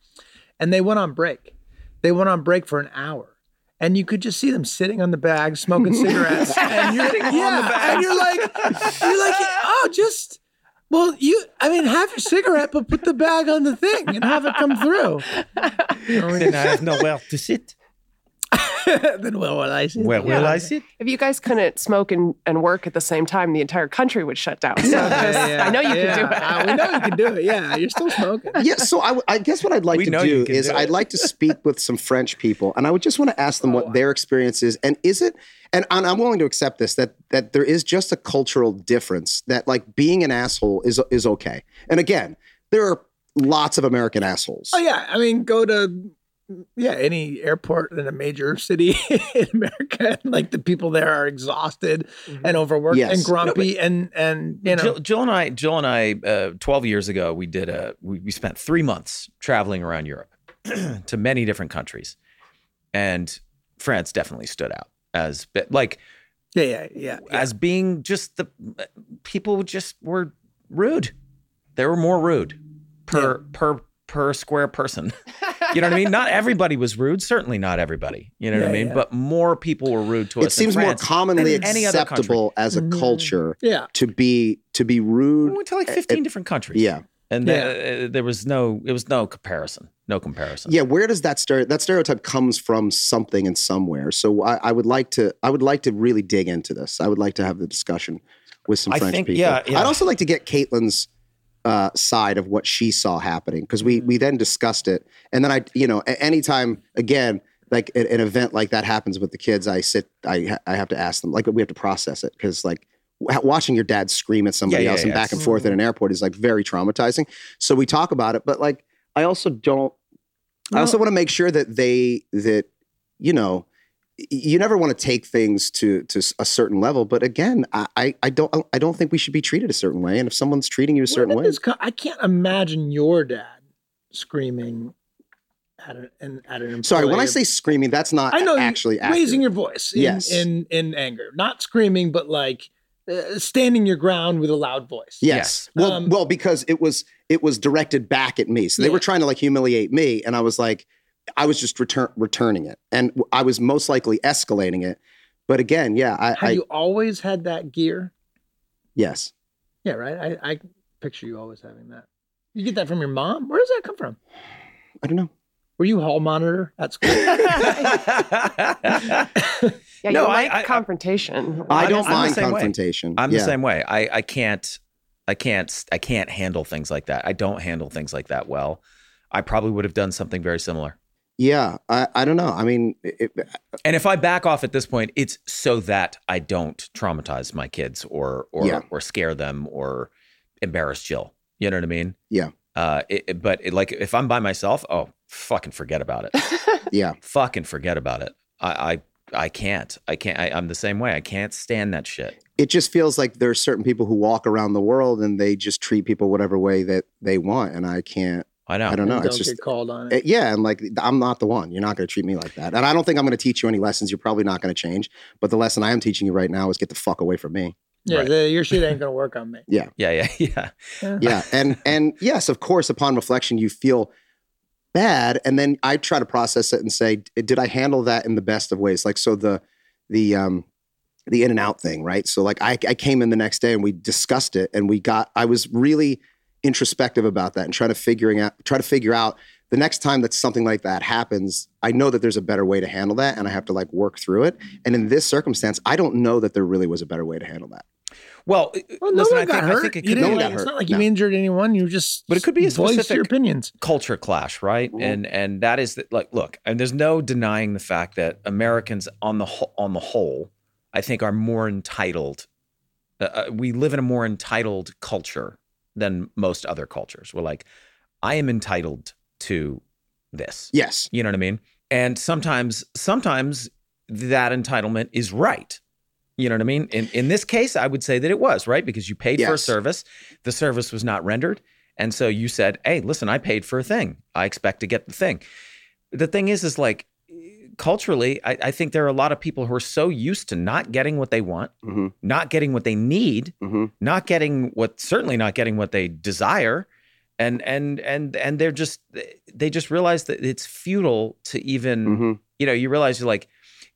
[SPEAKER 1] And they went on break. They went on break for an hour. And you could just see them sitting on the bag, smoking cigarettes, and you're
[SPEAKER 2] Sitting on the
[SPEAKER 1] yeah, and
[SPEAKER 2] bag.
[SPEAKER 1] you're like, you're like, oh, just well, you. I mean, have your cigarette, but put the bag on the thing and have it come through.
[SPEAKER 2] then I have nowhere to sit.
[SPEAKER 1] then where will I see?
[SPEAKER 2] Where will
[SPEAKER 4] Yeah.
[SPEAKER 2] I sit?
[SPEAKER 4] If you guys couldn't smoke and, and work at the same time, the entire country would shut down. So just- I know you can do it.
[SPEAKER 1] Uh, we know you can do it. Yeah, you're still smoking.
[SPEAKER 3] yeah, so I, w- I guess what I'd like
[SPEAKER 2] We
[SPEAKER 3] to
[SPEAKER 2] know you
[SPEAKER 3] do
[SPEAKER 2] can
[SPEAKER 3] is
[SPEAKER 2] do
[SPEAKER 3] I'd
[SPEAKER 2] it.
[SPEAKER 3] like to speak with some French people, and I would just want to ask them
[SPEAKER 2] Oh.
[SPEAKER 3] what their experience is, and is it, and, and I'm willing to accept this that that there is just a cultural difference that like being an asshole is is okay, and again, there are lots of American assholes.
[SPEAKER 1] Oh yeah, I mean, go to yeah any airport in a major city in America, and, like the people there are exhausted
[SPEAKER 4] Mm-hmm.
[SPEAKER 1] and overworked
[SPEAKER 3] Yes.
[SPEAKER 1] and grumpy and and you know
[SPEAKER 2] Jill, Jill and I, Jill and I, uh, twelve years ago, we did a we, we spent three months traveling around Europe to many different countries, and France definitely stood out as be- like
[SPEAKER 1] yeah yeah yeah. yeah.
[SPEAKER 2] as being just the people just were rude. They were more rude per per per square person. You know what I mean? Not everybody was rude. Certainly not everybody. You know what I
[SPEAKER 1] Yeah,
[SPEAKER 2] mean?
[SPEAKER 1] yeah.
[SPEAKER 2] But more people were rude to
[SPEAKER 3] it
[SPEAKER 2] us.
[SPEAKER 3] seems
[SPEAKER 2] in
[SPEAKER 3] more
[SPEAKER 2] France
[SPEAKER 3] commonly
[SPEAKER 2] than any other country.
[SPEAKER 3] acceptable as a
[SPEAKER 1] Mm.
[SPEAKER 4] Mhm.
[SPEAKER 3] culture
[SPEAKER 1] Yeah.
[SPEAKER 3] to be to be
[SPEAKER 2] We
[SPEAKER 3] rude.
[SPEAKER 2] went to like 15 different countries.
[SPEAKER 3] Yeah,
[SPEAKER 2] And uh, uh, there was no, it was no comparison. No comparison.
[SPEAKER 3] yeah. Where does that start? That stereotype comes from something and somewhere. So I, I would like to I would like to really dig into this. I would like to have the discussion with some
[SPEAKER 2] I
[SPEAKER 3] French
[SPEAKER 2] think-
[SPEAKER 3] people.
[SPEAKER 2] yeah, yeah.
[SPEAKER 3] I'd also like to get Caitlin's uh, side of what she saw happening because we we then discussed it, and then I you know a- anytime again. Like an an event like that happens with the kids, I sit, I ha- I have to ask them. Like we have to process it because like w- watching your dad scream at somebody
[SPEAKER 2] yeah,
[SPEAKER 3] else and
[SPEAKER 2] yeah.
[SPEAKER 3] back and forth at an airport is like very traumatizing. So we talk about it, but like I also don't. I also want to make sure that they that you know y- you never want to take things to to s- a certain level but again I- i i don't i don't think we should be treated a certain way and if someone's treating you a certain
[SPEAKER 1] When
[SPEAKER 3] way
[SPEAKER 1] did this co- I can't imagine your dad screaming at a, an at an employee.
[SPEAKER 3] sorry when i say screaming that's not
[SPEAKER 1] I know you-
[SPEAKER 3] actually accurate.
[SPEAKER 1] raising your voice, in,
[SPEAKER 3] Yes.
[SPEAKER 1] in in anger, not screaming, but like uh, standing your ground with a loud voice.
[SPEAKER 3] yes,
[SPEAKER 2] Yes.
[SPEAKER 3] well
[SPEAKER 1] Um,
[SPEAKER 3] well because it was it was directed back at me so they
[SPEAKER 1] Yeah.
[SPEAKER 3] were trying to like humiliate me and i was like i was just return returning it and w- i was most likely escalating it but again yeah i,
[SPEAKER 1] Have
[SPEAKER 3] I
[SPEAKER 1] you always had that gear?
[SPEAKER 3] yes
[SPEAKER 1] Yeah, right. I, I picture you always having that. You get that from your mom. Where does that come from?
[SPEAKER 3] i don't know
[SPEAKER 1] Were you hall monitor at school?
[SPEAKER 4] Yeah,
[SPEAKER 2] No,
[SPEAKER 4] you
[SPEAKER 2] I-
[SPEAKER 4] like
[SPEAKER 2] I- I-
[SPEAKER 4] confrontation.
[SPEAKER 3] i
[SPEAKER 2] I'm
[SPEAKER 3] don't
[SPEAKER 2] the- I'm the
[SPEAKER 3] mind
[SPEAKER 2] same way.
[SPEAKER 3] confrontation
[SPEAKER 2] I'm
[SPEAKER 3] yeah.
[SPEAKER 2] the same way. I, I can't, I can't, I can't handle things like that. I don't handle things like that well. I probably would have done something very similar.
[SPEAKER 3] yeah i i don't know i mean it, it-
[SPEAKER 2] And if I back off at this point, it's so that I don't traumatize my kids or or
[SPEAKER 3] Yeah.
[SPEAKER 2] or scare them or embarrass Jill. You know what I mean?
[SPEAKER 3] Yeah.
[SPEAKER 2] Uh, it, it- but it, like if I'm by myself, oh, fucking forget about it.
[SPEAKER 3] yeah
[SPEAKER 2] fucking forget about it. I I, I can't. I can't. I, I'm the same way. I can't stand that shit.
[SPEAKER 3] it just feels like there's certain people who walk around the world and they just treat people whatever way that they want and i can't
[SPEAKER 2] I know.
[SPEAKER 3] i don't know
[SPEAKER 1] don't
[SPEAKER 3] it's just
[SPEAKER 1] get called on
[SPEAKER 3] eh,
[SPEAKER 1] it.
[SPEAKER 3] yeah and like i'm not the one you're not going to treat me like that and i don't think i'm going to teach you any lessons you're probably not going to change but the lesson i am teaching you right now is get the fuck away from me
[SPEAKER 1] Yeah,
[SPEAKER 2] right.
[SPEAKER 1] the- your shit ain't gonna work on me.
[SPEAKER 2] Yeah. Yeah. Yeah.
[SPEAKER 3] yeah and and yes of course upon reflection you feel bad and then i try to process it and say did i handle that in the best of ways like so the the um the in and out thing right so like i, I came in the next day and we discussed it and we got i was really introspective about that and trying to figuring out try to figure out the next time that something like that happens i know that there's a better way to handle that and i have to like work through it and in this circumstance i don't know that there really was a better way to handle that
[SPEAKER 2] Well, uh,
[SPEAKER 1] Well, no
[SPEAKER 2] listen,
[SPEAKER 1] one
[SPEAKER 2] I
[SPEAKER 1] got
[SPEAKER 2] think, I
[SPEAKER 1] hurt.
[SPEAKER 2] think it
[SPEAKER 1] you
[SPEAKER 2] could
[SPEAKER 1] didn't,
[SPEAKER 3] No one
[SPEAKER 1] like,
[SPEAKER 3] got
[SPEAKER 1] It's
[SPEAKER 3] hurt,
[SPEAKER 1] not like
[SPEAKER 3] no.
[SPEAKER 1] you injured anyone. You just
[SPEAKER 2] But it could be a
[SPEAKER 1] voiced your
[SPEAKER 2] specific-
[SPEAKER 1] opinions.
[SPEAKER 2] culture clash, right?
[SPEAKER 1] Mm-hmm.
[SPEAKER 2] And and that is that like look, and there's no denying the fact that Americans on the whole, on the whole, I think are more entitled. Uh, uh, we live in a more entitled culture than most other cultures. We're like, I am entitled to this.
[SPEAKER 3] yes
[SPEAKER 2] You know what I mean? And sometimes, sometimes that entitlement is right. You know what I mean? In in this case, I would say that it was right because you paid for a
[SPEAKER 3] Yes.
[SPEAKER 2] service. The service was not rendered, and so you said, "Hey, listen, I paid for a thing. I expect to get the thing." The thing is, is like culturally, I, I think there are a lot of people who are so used to not getting what they want,
[SPEAKER 3] hmm
[SPEAKER 2] not getting what they need,
[SPEAKER 3] hmm
[SPEAKER 2] not getting what certainly not getting what they desire and and and and they're just they just realize that it's futile to even
[SPEAKER 3] hmm
[SPEAKER 2] you know you realize you're like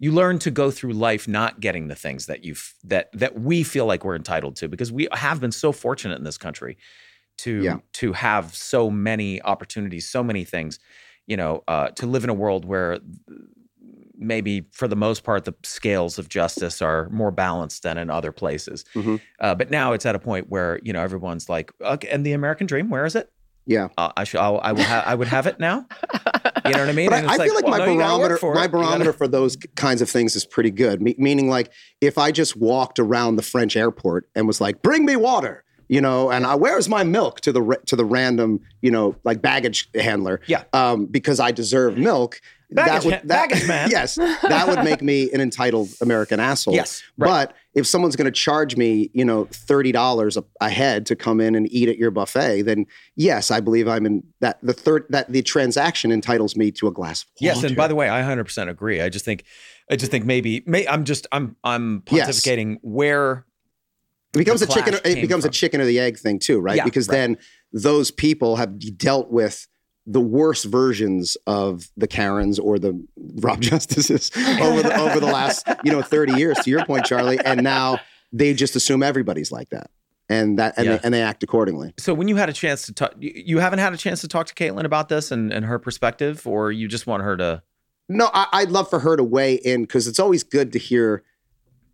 [SPEAKER 2] you learn to go through life not getting the things that you've that that we feel like we're entitled to because we have been so fortunate in this country to
[SPEAKER 3] Yeah.
[SPEAKER 2] to have so many opportunities so many things you know uh, to live in a world where maybe for the most part the scales of justice are more balanced than in other places
[SPEAKER 3] Mhm.
[SPEAKER 2] uh, but now it's at a point where you know everyone's like okay, and the american dream where is it
[SPEAKER 3] yeah
[SPEAKER 2] uh, I should. I'll, I will. Ha- I would have it now. You know what I mean?
[SPEAKER 3] But
[SPEAKER 2] And
[SPEAKER 3] I, I
[SPEAKER 2] it's
[SPEAKER 3] feel like
[SPEAKER 2] well,
[SPEAKER 3] my
[SPEAKER 2] no, you gotta work
[SPEAKER 3] barometer,
[SPEAKER 2] for
[SPEAKER 3] my
[SPEAKER 2] it. You gotta-
[SPEAKER 3] barometer for those kinds of things is pretty good. Me- meaning, like if I just walked around the French airport and was like, "Bring me water," you know, and I, where's my milk to the ra- to the random, you know, like baggage handler,
[SPEAKER 2] Yeah.
[SPEAKER 3] um, because I deserve milk.
[SPEAKER 2] Baggage ha- baggage man.
[SPEAKER 3] yes, that would make me an entitled American asshole.
[SPEAKER 2] Yes, right.
[SPEAKER 3] but if someone's going to charge me, you know, thirty dollars a, a head to come in and eat at your buffet, then yes, I believe I'm in that the third that the transaction entitles me to a glass of water.
[SPEAKER 2] Yes, and by the way, I 100% agree. I just think, I just think maybe, may, I'm just, I'm, I'm
[SPEAKER 3] Yes.
[SPEAKER 2] pontificating where.
[SPEAKER 3] It becomes
[SPEAKER 2] the
[SPEAKER 3] a chicken.
[SPEAKER 2] clash
[SPEAKER 3] It
[SPEAKER 2] came
[SPEAKER 3] becomes
[SPEAKER 2] from.
[SPEAKER 3] a chicken or the egg thing too, right?
[SPEAKER 2] Yeah,
[SPEAKER 3] because
[SPEAKER 2] right.
[SPEAKER 3] then those people have dealt with the worst versions of the Karens or the Rob Justices over the, over the last you know 30 years. To your point, Charlie, and now they just assume everybody's like that, and that and,
[SPEAKER 2] Yeah.
[SPEAKER 3] they, and they act accordingly.
[SPEAKER 2] So when you had a chance to talk, you you haven't had a chance to talk to Caitlin about this and, and her perspective, or you just want her to.
[SPEAKER 3] No, I, I'd love for her to weigh in because it's always good to hear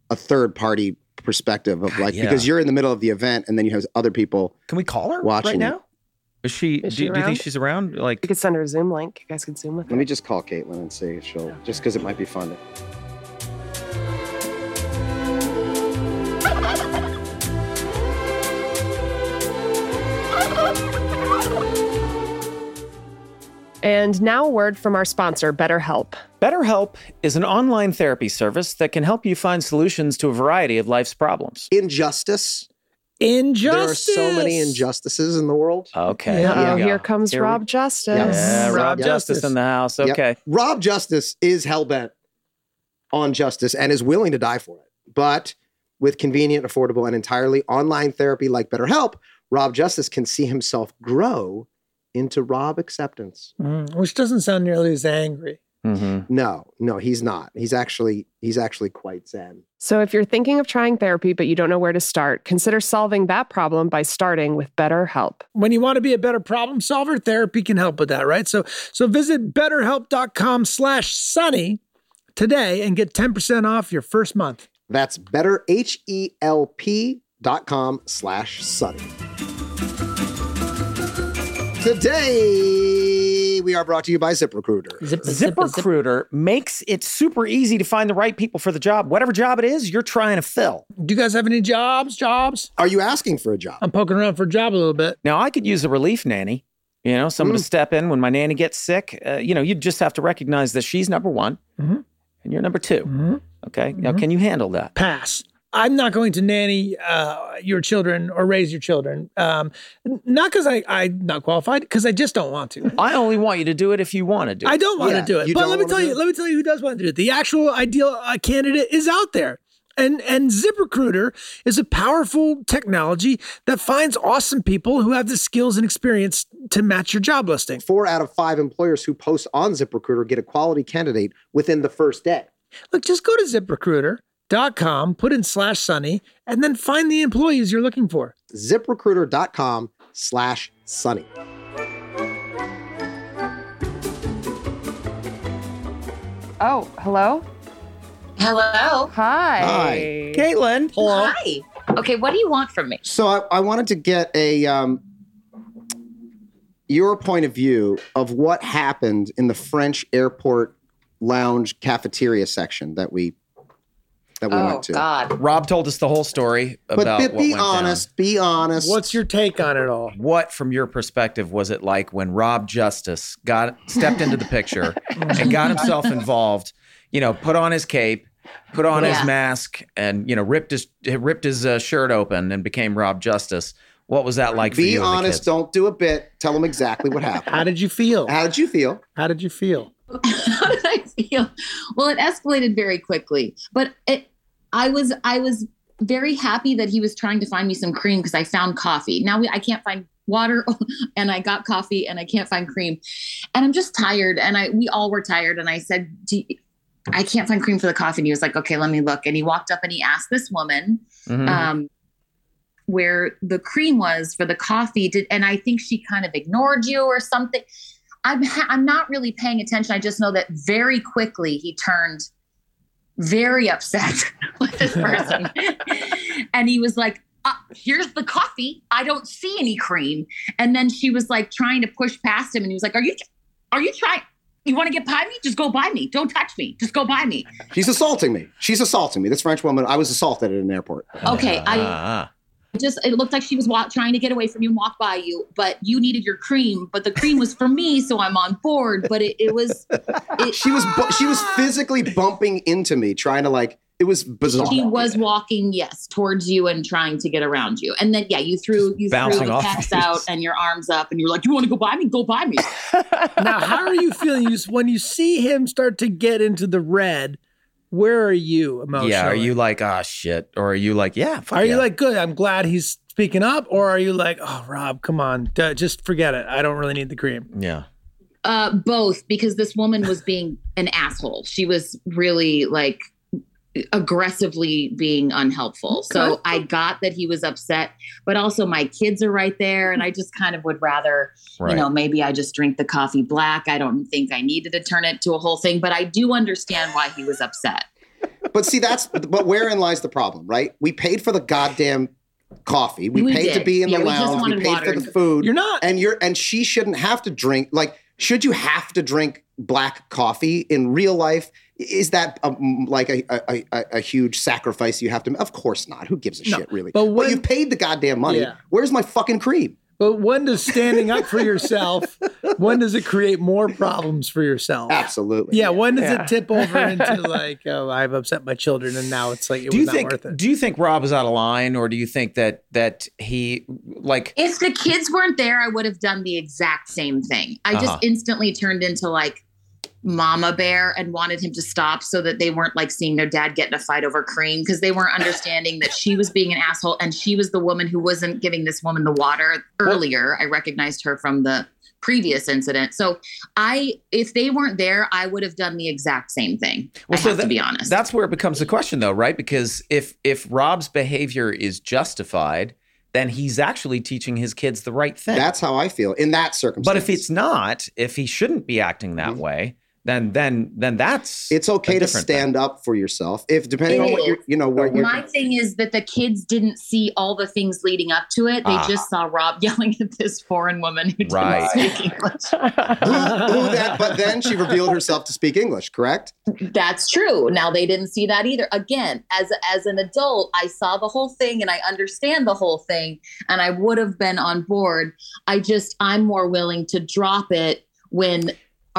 [SPEAKER 3] a third party perspective of like
[SPEAKER 2] yeah.
[SPEAKER 3] because you're in the middle of the event and then you have other people.
[SPEAKER 2] Can we call her right
[SPEAKER 3] Watching.
[SPEAKER 2] now? Is she?
[SPEAKER 4] Is
[SPEAKER 2] do,
[SPEAKER 4] she
[SPEAKER 2] do you think
[SPEAKER 4] around?
[SPEAKER 2] she's around? Like,
[SPEAKER 4] You could send her a Zoom link. You guys can Zoom with
[SPEAKER 3] Let
[SPEAKER 4] her.
[SPEAKER 3] me just call Caitlin and see if she'll just because it might be fun. to-
[SPEAKER 4] And now, a word from our sponsor, BetterHelp.
[SPEAKER 2] BetterHelp is an online therapy service that can help you find solutions to a variety of life's problems.
[SPEAKER 3] Injustice.
[SPEAKER 1] Injustice.
[SPEAKER 3] There are so many injustices in the world.
[SPEAKER 2] Okay.
[SPEAKER 1] Yeah.
[SPEAKER 2] we
[SPEAKER 4] Oh,
[SPEAKER 2] go.
[SPEAKER 4] here comes
[SPEAKER 2] Here we-
[SPEAKER 4] Rob Justice.
[SPEAKER 2] Yeah,
[SPEAKER 1] Yes.
[SPEAKER 2] Rob
[SPEAKER 1] Rob
[SPEAKER 2] Justice
[SPEAKER 1] Justice.
[SPEAKER 2] in the house.
[SPEAKER 3] Yep.
[SPEAKER 2] Okay.
[SPEAKER 3] Rob Justice is hell bent on justice and is willing to die for it. But with convenient, affordable, and entirely online therapy like BetterHelp, Rob Justice can see himself grow into Rob acceptance.
[SPEAKER 1] Mm, which doesn't sound nearly as angry.
[SPEAKER 2] Mm-hmm.
[SPEAKER 3] No, no, he's not. He's actually he's actually quite zen.
[SPEAKER 4] So, if you're thinking of trying therapy but you don't know where to start, consider solving that problem by starting with BetterHelp.
[SPEAKER 1] When you want to be a better problem solver, therapy can help with that, right? So so visit betterhelp.com slash sunny today and get 10% off your first month.
[SPEAKER 3] That's better H E L P dot com slash sunny. Today we are brought to you by ZipRecruiter.
[SPEAKER 2] ZipRecruiter makes it super easy to find the right people for the job, whatever job it is you're trying to fill.
[SPEAKER 1] Do you guys have any jobs? Jobs?
[SPEAKER 3] Are you asking for a job?
[SPEAKER 1] I'm poking around for a job a little bit.
[SPEAKER 2] Now, I could use a relief nanny, you know, someone
[SPEAKER 3] Mm.
[SPEAKER 2] to step in when my nanny gets sick. Uh, you know, you just have to recognize that she's number one
[SPEAKER 1] Mhm.
[SPEAKER 2] and you're number 2
[SPEAKER 1] Mm-hmm.
[SPEAKER 2] Okay. Now, can you handle that?
[SPEAKER 1] pass. I'm not going to nanny uh, your children or raise your children. Um, n- not because I I'm not qualified, because I just don't want to.
[SPEAKER 2] I only want you to do it if you want to do it.
[SPEAKER 1] I don't want
[SPEAKER 3] Yeah,
[SPEAKER 1] to do it.
[SPEAKER 3] you
[SPEAKER 1] But
[SPEAKER 3] don't
[SPEAKER 1] let me
[SPEAKER 3] wanna
[SPEAKER 1] tell
[SPEAKER 3] do
[SPEAKER 1] you,
[SPEAKER 3] it.
[SPEAKER 1] let me tell you who does want to do it. The actual ideal uh, candidate is out there. And and ZipRecruiter is a powerful technology that finds awesome people who have the skills and experience to match your job listing.
[SPEAKER 3] four out of five employers who post on ZipRecruiter get a quality candidate within the first day.
[SPEAKER 1] Look, just go to ziprecruiter.com, put in slash sunny, and then find the employees you're looking for.
[SPEAKER 3] ZipRecruiter.com slash sunny.
[SPEAKER 4] Oh, hello.
[SPEAKER 5] Hello.
[SPEAKER 4] Hi.
[SPEAKER 3] Hi.
[SPEAKER 2] Caitlin.
[SPEAKER 5] Hi. Okay, what do you want from me?
[SPEAKER 3] So I, I wanted to get a um, your point of view of what happened in the French airport lounge cafeteria section that we that we
[SPEAKER 5] oh
[SPEAKER 3] went to.
[SPEAKER 5] God.
[SPEAKER 2] Rob told us the whole story
[SPEAKER 3] But
[SPEAKER 2] about
[SPEAKER 3] be,
[SPEAKER 2] what
[SPEAKER 3] be
[SPEAKER 2] went down.
[SPEAKER 3] honest, be honest.
[SPEAKER 1] What's your take on it all?
[SPEAKER 2] what from your perspective was it like when Rob Justice got stepped into the picture and got himself involved, you know, put on his cape, put on
[SPEAKER 5] Yeah.
[SPEAKER 2] his mask and you know ripped his ripped his uh, shirt open and became Rob Justice. What was that like for
[SPEAKER 3] be
[SPEAKER 2] you? and the
[SPEAKER 3] honest,
[SPEAKER 2] kids?
[SPEAKER 3] don't do a bit. Tell them exactly what happened.
[SPEAKER 1] How did you feel?
[SPEAKER 3] How did you feel?
[SPEAKER 1] How did you feel?
[SPEAKER 5] How did I feel? Well, it escalated very quickly, but it, I was I was very happy that he was trying to find me some cream because I found coffee. Now we, I can't find water, and I got coffee, and I can't find cream, and I'm just tired. And I we all were tired, and I said, Do you- I can't find cream for the coffee. And he was like, Okay, let me look. And he walked up and he asked this woman.
[SPEAKER 2] Mhm.
[SPEAKER 5] um, where the cream was for the coffee. Did and I think she kind of ignored you or something. I'm ha- I'm not really paying attention. I just know that very quickly he turned very upset with this person, and he was like. Uh, here's the coffee. I don't see any cream. And then she was like trying to push past him, and he was like, "Are you, are you trying? You want to get by me? Just go by me. Don't touch me. Just go by me."
[SPEAKER 3] She's assaulting me. She's assaulting me. This French woman. I was assaulted at an airport.
[SPEAKER 5] Uh, Okay, I-
[SPEAKER 2] Ah,
[SPEAKER 5] It just it looked like she was walk, trying to get away from you and walk by you but you needed your cream but the cream was for me so i'm on board but it, it was it,
[SPEAKER 3] She was bu- she was physically bumping into me, trying to like. It was bizarre.
[SPEAKER 5] she was walking yes towards you and trying to get around you and then yeah you threw you
[SPEAKER 2] Bouncing
[SPEAKER 5] threw the
[SPEAKER 2] off
[SPEAKER 5] packs
[SPEAKER 2] you.
[SPEAKER 5] out and your arms up and you were like you want to go by me go by me
[SPEAKER 1] now, how are you feeling? You, when you see him start to get into the red, where are you emotionally?
[SPEAKER 2] yeah. Are you like ah shit, or are you like yeah? fuck
[SPEAKER 1] Are you
[SPEAKER 2] yeah.
[SPEAKER 1] like good? I'm glad he's speaking up, or are you like, oh, Rob, come on, duh, just forget it. I don't really need the cream.
[SPEAKER 2] yeah?
[SPEAKER 5] Uh, both, because this woman was being an asshole. She was really like aggressively being unhelpful. So
[SPEAKER 4] Okay.
[SPEAKER 5] I got that he was upset, but also my kids are right there, and I just kind of would rather,
[SPEAKER 2] Right.
[SPEAKER 5] you know, maybe I just drink the coffee black. I don't think I needed to turn it to a whole thing, but I do understand why he was upset.
[SPEAKER 3] But see, that's but wherein lies the problem, right? We paid for the goddamn coffee. We,
[SPEAKER 5] We
[SPEAKER 3] paid to
[SPEAKER 5] did.
[SPEAKER 3] be in
[SPEAKER 5] Yeah,
[SPEAKER 3] the
[SPEAKER 5] we just
[SPEAKER 3] lounge. We,
[SPEAKER 5] wanted
[SPEAKER 3] paid
[SPEAKER 5] water
[SPEAKER 3] for
[SPEAKER 5] and-
[SPEAKER 3] the food.
[SPEAKER 1] You're not.
[SPEAKER 3] and you're and she shouldn't have to drink. Like, should you have to drink black coffee in real life? Is that um, like a, a, a, a huge sacrifice you have to? Of course not. Who gives a
[SPEAKER 1] No,
[SPEAKER 3] shit, really?
[SPEAKER 1] but
[SPEAKER 3] But,
[SPEAKER 1] when-
[SPEAKER 3] you paid the goddamn money.
[SPEAKER 1] Yeah.
[SPEAKER 3] Where's my fucking cream?
[SPEAKER 1] But when does standing up for yourself? when does it create more problems for yourself?
[SPEAKER 3] Absolutely.
[SPEAKER 1] Yeah. When does
[SPEAKER 4] Yeah.
[SPEAKER 1] it tip over into like, oh, I've upset my children, and now it's like it
[SPEAKER 2] do you
[SPEAKER 1] was not
[SPEAKER 2] think
[SPEAKER 1] worth it?
[SPEAKER 2] do you think Rob is out of line or do you think that that he like
[SPEAKER 5] If the kids weren't there, I would have done the exact same thing. I
[SPEAKER 2] Uh-huh.
[SPEAKER 5] just instantly turned into like mama bear and wanted him to stop so that they weren't like seeing their dad get in a fight over cream because they weren't understanding that she was being an asshole and she was the woman who wasn't giving this woman the water earlier. I recognized her from the previous incident. So I if they weren't there, I would have done the exact same thing.
[SPEAKER 2] Well,
[SPEAKER 5] I
[SPEAKER 2] so
[SPEAKER 5] have
[SPEAKER 2] that-
[SPEAKER 5] to be honest.
[SPEAKER 2] that's where it becomes the question though, right? Because if if Rob's behavior is justified, then he's actually teaching his kids the right thing.
[SPEAKER 3] That's how I feel in that circumstance.
[SPEAKER 2] but if it's not, if he shouldn't be acting that
[SPEAKER 3] Mhm.
[SPEAKER 2] way, then then then that's
[SPEAKER 3] it's okay
[SPEAKER 2] a
[SPEAKER 3] to
[SPEAKER 2] different
[SPEAKER 3] stand up for yourself. If depending on what you're, you know, where you're.
[SPEAKER 5] My thing is that the kids didn't see all the things leading up to it. They
[SPEAKER 2] Ah.
[SPEAKER 5] just saw Rob yelling at this foreign woman who didn't
[SPEAKER 2] Right.
[SPEAKER 5] speak English.
[SPEAKER 3] Who, who that, but then she revealed herself to speak English, correct?
[SPEAKER 5] That's true. Now they didn't see that either. Again, as as an adult, I saw the whole thing and I understand the whole thing, and I would have been on board. I just I'm more willing to drop it when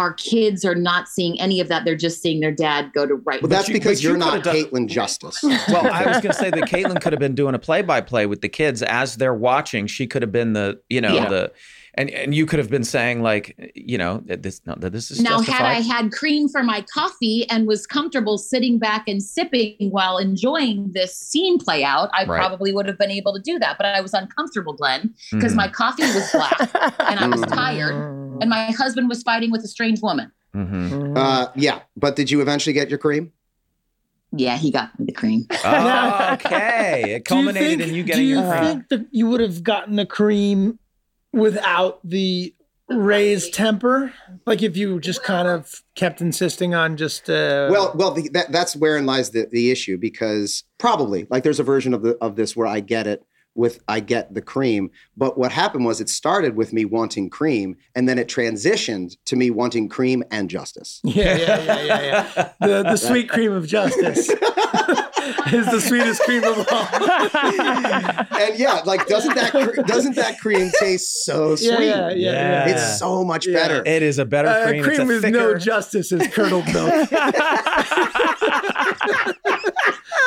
[SPEAKER 5] our kids are not seeing any of that. They're just seeing their dad go to right.
[SPEAKER 3] Well, that's
[SPEAKER 2] you-
[SPEAKER 3] because
[SPEAKER 2] but you
[SPEAKER 3] you're
[SPEAKER 2] could've
[SPEAKER 3] not
[SPEAKER 2] done-
[SPEAKER 3] Caitlyn Justice.
[SPEAKER 2] well, I was going to say that Caitlin could have been doing a play-by-play with the kids as they're watching. She could have been the, you know,
[SPEAKER 5] Yeah.
[SPEAKER 2] the, and and you could have been saying like, you know, that this no, that this is
[SPEAKER 5] now
[SPEAKER 2] justified.
[SPEAKER 5] had i had cream for my coffee and was comfortable sitting back and sipping while enjoying this scene play out i
[SPEAKER 2] Right.
[SPEAKER 5] probably would have been able to do that but i was uncomfortable glenn because
[SPEAKER 2] Mhm.
[SPEAKER 5] my coffee was black and i was
[SPEAKER 3] Mm.
[SPEAKER 5] tired and my husband was fighting with a strange woman
[SPEAKER 2] Mhm.
[SPEAKER 3] Uh, yeah, but did you eventually get your cream?
[SPEAKER 5] yeah he got me the cream
[SPEAKER 2] Oh, okay, it
[SPEAKER 1] Do you
[SPEAKER 2] culminated
[SPEAKER 1] think-
[SPEAKER 2] in you getting
[SPEAKER 1] Do you
[SPEAKER 2] your cream.
[SPEAKER 1] think that you would have gotten the cream without the raised temper? Like if you just kind of kept insisting on just uh,
[SPEAKER 3] well, well, the, that, that's wherein lies the, the issue because probably like there's a version of the of this where I get it with I get the cream, but what happened was it started with me wanting cream, and then it transitioned to me wanting cream and justice.
[SPEAKER 1] yeah, yeah, yeah, yeah, yeah. The the sweet cream of justice is the sweetest cream of all.
[SPEAKER 3] And yeah, like doesn't that cre- doesn't that cream taste so sweet?
[SPEAKER 1] Yeah, yeah, yeah, yeah.
[SPEAKER 2] Yeah.
[SPEAKER 3] It's so much
[SPEAKER 1] Yeah.
[SPEAKER 3] better.
[SPEAKER 2] It is a better
[SPEAKER 1] Uh,
[SPEAKER 2] cream.
[SPEAKER 1] cream
[SPEAKER 2] it's a
[SPEAKER 1] with
[SPEAKER 2] thicker,
[SPEAKER 1] no justice is curdled milk.
[SPEAKER 2] Uh,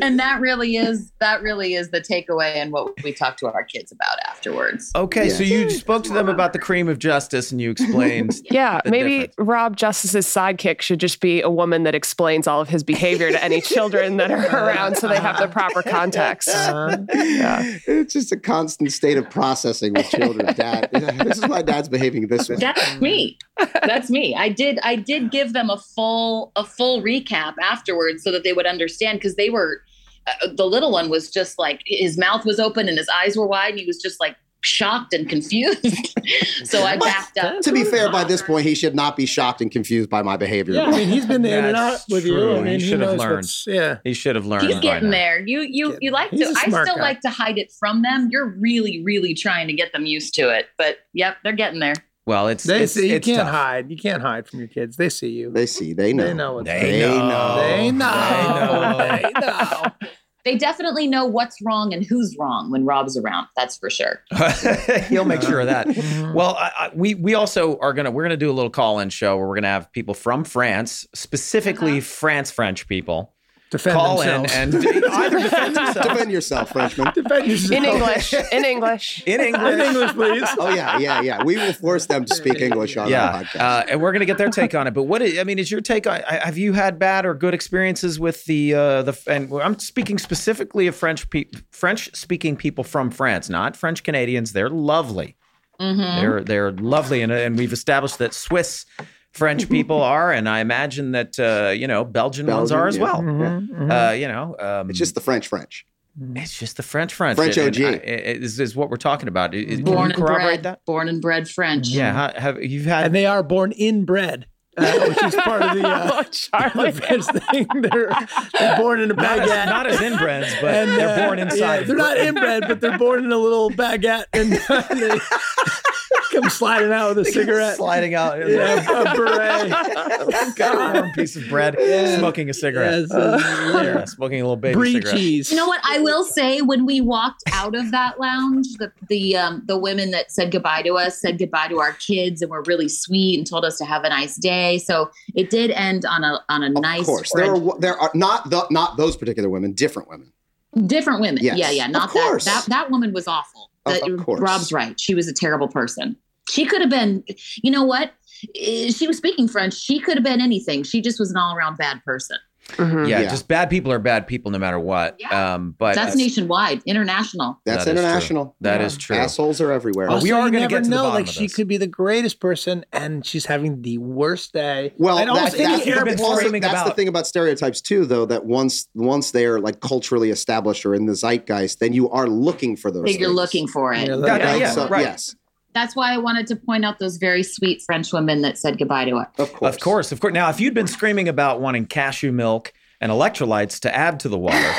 [SPEAKER 5] and that really is that really is the takeaway and what we talk to our kids about afterwards
[SPEAKER 2] okay, so
[SPEAKER 3] Yes.
[SPEAKER 2] you spoke to them about the cream of justice, and you explained.
[SPEAKER 4] Yeah,
[SPEAKER 2] the
[SPEAKER 4] maybe
[SPEAKER 2] difference.
[SPEAKER 4] Rob Justice's sidekick should just be a woman that explains all of his behavior to any children that are around so they have the proper context.
[SPEAKER 1] Uh,
[SPEAKER 4] Yeah.
[SPEAKER 3] It's just a constant state of processing with children. Dad, this is why dad's behaving this way.
[SPEAKER 5] that's me that's me i did i did give them a full a full recap afterwards so that they would understand because they were uh, the little one was just like his mouth was open and his eyes were wide and he was just like shocked and confused so i backed up
[SPEAKER 3] to be fair, by this point, he should not be shocked and confused by my behavior.
[SPEAKER 1] yeah, I mean he's been in and out
[SPEAKER 2] That's
[SPEAKER 1] with you.
[SPEAKER 2] true.
[SPEAKER 1] I mean,
[SPEAKER 2] You
[SPEAKER 1] he
[SPEAKER 2] should have
[SPEAKER 1] knows
[SPEAKER 2] learned.
[SPEAKER 1] what's- Yeah.
[SPEAKER 2] He should have learned.
[SPEAKER 5] He's
[SPEAKER 2] by
[SPEAKER 5] getting
[SPEAKER 2] now.
[SPEAKER 5] there. You you you like
[SPEAKER 1] He's
[SPEAKER 5] to.
[SPEAKER 1] a
[SPEAKER 5] I
[SPEAKER 1] smart
[SPEAKER 5] still
[SPEAKER 1] guy.
[SPEAKER 5] like to hide it from them. You're really really trying to get them used to it. But yep, they're getting there.
[SPEAKER 2] Well, it's
[SPEAKER 1] They
[SPEAKER 2] it's,
[SPEAKER 1] see you
[SPEAKER 2] it's
[SPEAKER 1] can't
[SPEAKER 2] tough.
[SPEAKER 1] hide. You can't hide from your kids. They see you.
[SPEAKER 3] They see, they know.
[SPEAKER 1] They know what's
[SPEAKER 2] They
[SPEAKER 1] up.
[SPEAKER 2] know.
[SPEAKER 1] They know.
[SPEAKER 2] They know.
[SPEAKER 1] They know.
[SPEAKER 5] They definitely know what's wrong and who's wrong when Rob's around. That's for sure.
[SPEAKER 2] He'll make sure of that.
[SPEAKER 1] Mhm.
[SPEAKER 2] Well, I, I, we we also are gonna we're gonna do a little call in show where we're gonna have people from France, specifically
[SPEAKER 5] Uh-huh.
[SPEAKER 2] France French people,
[SPEAKER 1] defend
[SPEAKER 2] call
[SPEAKER 1] themselves.
[SPEAKER 2] in and either defend themselves
[SPEAKER 3] Defend yourself, Frenchman.
[SPEAKER 1] defend yourself.
[SPEAKER 4] In English, in English.
[SPEAKER 2] in
[SPEAKER 1] In
[SPEAKER 2] English.
[SPEAKER 1] English, please.
[SPEAKER 3] Oh yeah, yeah, yeah. We will force them to speak English on our
[SPEAKER 2] Yeah,
[SPEAKER 3] podcast.
[SPEAKER 2] uh, and we're gonna get their take on it. But what is, I mean is your take on? I- Have you had bad or good experiences with the uh, the? And I'm speaking specifically of French pe- French speaking people from France, not French Canadians. They're lovely.
[SPEAKER 5] Mhm.
[SPEAKER 2] They're they're lovely, and and we've established that Swiss French people are, and I imagine that uh, you know Belgian, ones
[SPEAKER 3] Belgian,
[SPEAKER 2] are as
[SPEAKER 3] yeah.
[SPEAKER 2] well.
[SPEAKER 5] Mm-hmm.
[SPEAKER 1] Mhm, mhm.
[SPEAKER 2] Uh, you know, um,
[SPEAKER 3] It's just the French French.
[SPEAKER 2] it's just the French French.
[SPEAKER 3] French
[SPEAKER 2] and- and
[SPEAKER 3] OG.
[SPEAKER 2] I- it- Is is what we're talking about? I- I- Can
[SPEAKER 5] Born
[SPEAKER 2] you
[SPEAKER 5] and
[SPEAKER 2] corroborate
[SPEAKER 5] bred,
[SPEAKER 2] that?
[SPEAKER 5] born and bred French.
[SPEAKER 2] Yeah, ha- have you've had
[SPEAKER 1] and they are born inbred, uh, which is part of the. Uh,
[SPEAKER 4] oh, Charlie.
[SPEAKER 1] the French thing. They're, they're born in a
[SPEAKER 2] not as,
[SPEAKER 1] baguette.
[SPEAKER 2] not as inbreds, but
[SPEAKER 1] and,
[SPEAKER 2] they're
[SPEAKER 1] uh,
[SPEAKER 2] born inside.
[SPEAKER 1] yeah,
[SPEAKER 2] of
[SPEAKER 1] they're not
[SPEAKER 2] Britain.
[SPEAKER 1] inbred, but they're born in a little baguette and they come sliding out with a cigarette.
[SPEAKER 2] sliding out.
[SPEAKER 1] Yeah, a beret.
[SPEAKER 2] Warm piece of bread, smoking a cigarette,
[SPEAKER 1] Yes, uh,
[SPEAKER 2] Yeah, smoking a little baby
[SPEAKER 1] brie
[SPEAKER 2] cigarette.
[SPEAKER 1] cheese.
[SPEAKER 5] You know what I will say when we walked out of that lounge, the the um, the women that said goodbye to us said goodbye to our kids and were really sweet and told us to have a nice day. So it did end on a on a
[SPEAKER 3] Of
[SPEAKER 5] nice
[SPEAKER 3] course,
[SPEAKER 5] word.
[SPEAKER 3] there are wo- there are not the, not those particular women, different women.
[SPEAKER 5] different women.
[SPEAKER 3] Yes.
[SPEAKER 5] Yeah, yeah.
[SPEAKER 3] Of
[SPEAKER 5] Not that
[SPEAKER 3] course.
[SPEAKER 5] that that woman was awful.
[SPEAKER 3] Of-
[SPEAKER 5] That-
[SPEAKER 3] of course.
[SPEAKER 5] Rob's right. She was a terrible person. She could have been you know what? Eh, She was speaking French. She could have been anything. She just was an all around bad person.
[SPEAKER 4] Mhm.
[SPEAKER 2] Yeah,
[SPEAKER 3] Yeah.
[SPEAKER 2] just bad people are bad people no matter what.
[SPEAKER 5] Yeah.
[SPEAKER 2] Um, but
[SPEAKER 5] That's nationwide, international.
[SPEAKER 3] That's
[SPEAKER 2] That is true.
[SPEAKER 3] international.
[SPEAKER 2] that
[SPEAKER 1] Yeah.
[SPEAKER 2] is true.
[SPEAKER 3] Assholes are everywhere.
[SPEAKER 2] Well,
[SPEAKER 1] Also,
[SPEAKER 2] we are
[SPEAKER 1] you
[SPEAKER 2] gonna
[SPEAKER 1] never
[SPEAKER 2] get to the
[SPEAKER 1] know.
[SPEAKER 2] bottom
[SPEAKER 1] like
[SPEAKER 2] of
[SPEAKER 1] she
[SPEAKER 2] this.
[SPEAKER 1] could be the greatest person, and she's having the worst day.
[SPEAKER 3] Well,
[SPEAKER 1] and
[SPEAKER 3] that's,
[SPEAKER 1] almost
[SPEAKER 2] think
[SPEAKER 1] any
[SPEAKER 3] that's,
[SPEAKER 2] he's been
[SPEAKER 1] airport.
[SPEAKER 3] also-
[SPEAKER 2] screaming
[SPEAKER 3] that's the
[SPEAKER 2] about-
[SPEAKER 3] thing about stereotypes too, though. That once once they are like culturally established or in the zeitgeist, then you are looking for those.
[SPEAKER 5] That you're
[SPEAKER 3] things.
[SPEAKER 5] looking for it.
[SPEAKER 1] Yeah,
[SPEAKER 2] Yeah,
[SPEAKER 1] that-
[SPEAKER 3] Right?
[SPEAKER 2] yeah,
[SPEAKER 3] So-
[SPEAKER 2] right.
[SPEAKER 3] Yes,
[SPEAKER 5] That's why I wanted to point out those very sweet French women that said goodbye to us.
[SPEAKER 3] of course.
[SPEAKER 2] Of course, of course. Now, if you'd been screaming about wanting cashew milk and electrolytes to add to the water,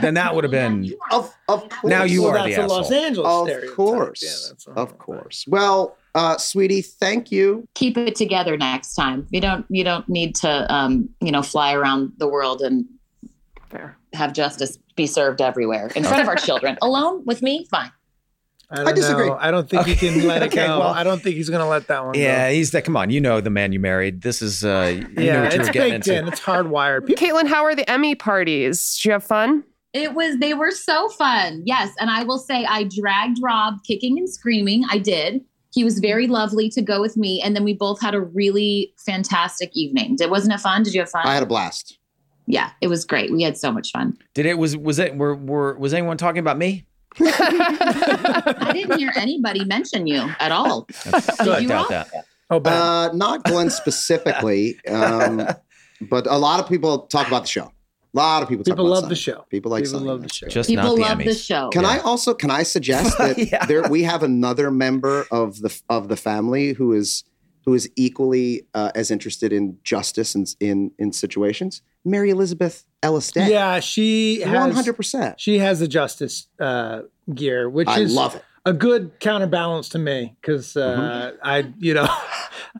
[SPEAKER 2] then that would have been.
[SPEAKER 5] You are-
[SPEAKER 3] Of, of course.
[SPEAKER 2] Now you
[SPEAKER 1] well,
[SPEAKER 2] are
[SPEAKER 1] that's
[SPEAKER 2] the
[SPEAKER 1] a Los
[SPEAKER 2] asshole.
[SPEAKER 1] Angeles
[SPEAKER 3] Of
[SPEAKER 1] stereotype.
[SPEAKER 3] course.
[SPEAKER 1] Yeah, that's all
[SPEAKER 3] of
[SPEAKER 1] right.
[SPEAKER 3] course. Well, uh, sweetie, thank you.
[SPEAKER 5] keep it together next time. You don't you don't need to um, you know fly around the world and
[SPEAKER 4] Fair.
[SPEAKER 5] have justice be served everywhere in front of our children. Alone with me, fine.
[SPEAKER 1] I, don't
[SPEAKER 3] disagree.
[SPEAKER 1] Know. I don't think he
[SPEAKER 2] Okay.
[SPEAKER 1] can let it
[SPEAKER 2] Okay,
[SPEAKER 1] go.
[SPEAKER 2] well-
[SPEAKER 1] I don't think he's going to let that one
[SPEAKER 2] Yeah,
[SPEAKER 1] go.
[SPEAKER 2] he's that. Come on, you know the man you married. This is. Uh, you knew
[SPEAKER 1] Yeah,
[SPEAKER 2] what you
[SPEAKER 1] it's
[SPEAKER 2] were getting
[SPEAKER 1] baked
[SPEAKER 2] into.
[SPEAKER 1] in. It's hardwired. People
[SPEAKER 4] Caitlin, how are the Emmy parties? Did you have fun?
[SPEAKER 5] It was they were so fun. Yes, and I will say I dragged Rob kicking and screaming. I did. He was very lovely to go with me, and then we both had a really fantastic evening. Did wasn't it fun? Did you have fun?
[SPEAKER 3] I had a blast.
[SPEAKER 5] yeah, it was great. We had so much fun.
[SPEAKER 2] Did it? Was was it? Were, were was anyone talking about me?
[SPEAKER 5] I didn't hear anybody mention you at all.
[SPEAKER 2] I
[SPEAKER 5] you
[SPEAKER 2] doubt
[SPEAKER 5] are?
[SPEAKER 2] that.
[SPEAKER 1] Oh, bad.
[SPEAKER 3] Uh, not Glenn specifically, um, but a lot of people talk about the show. A lot of people. Talk
[SPEAKER 1] People
[SPEAKER 3] about
[SPEAKER 1] love
[SPEAKER 3] Sunny.
[SPEAKER 1] the show.
[SPEAKER 3] People like
[SPEAKER 1] People
[SPEAKER 3] Sunny.
[SPEAKER 1] love the show.
[SPEAKER 2] Just
[SPEAKER 5] People
[SPEAKER 2] not
[SPEAKER 5] love
[SPEAKER 2] the Emmys.
[SPEAKER 5] the show.
[SPEAKER 3] Can I
[SPEAKER 2] Yeah.
[SPEAKER 3] also can I suggest that
[SPEAKER 2] Yeah.
[SPEAKER 3] there we have another member of the of the family who is who is equally uh, as interested in justice and in in situations? Mary Elizabeth Ellis Day.
[SPEAKER 1] yeah, she
[SPEAKER 3] one
[SPEAKER 1] has.
[SPEAKER 3] hundred percent.
[SPEAKER 1] She has the justice uh, gear, which
[SPEAKER 3] I
[SPEAKER 1] is
[SPEAKER 3] love it.
[SPEAKER 1] a good counterbalance to me because uh,
[SPEAKER 2] Mm-hmm.
[SPEAKER 1] I, you know,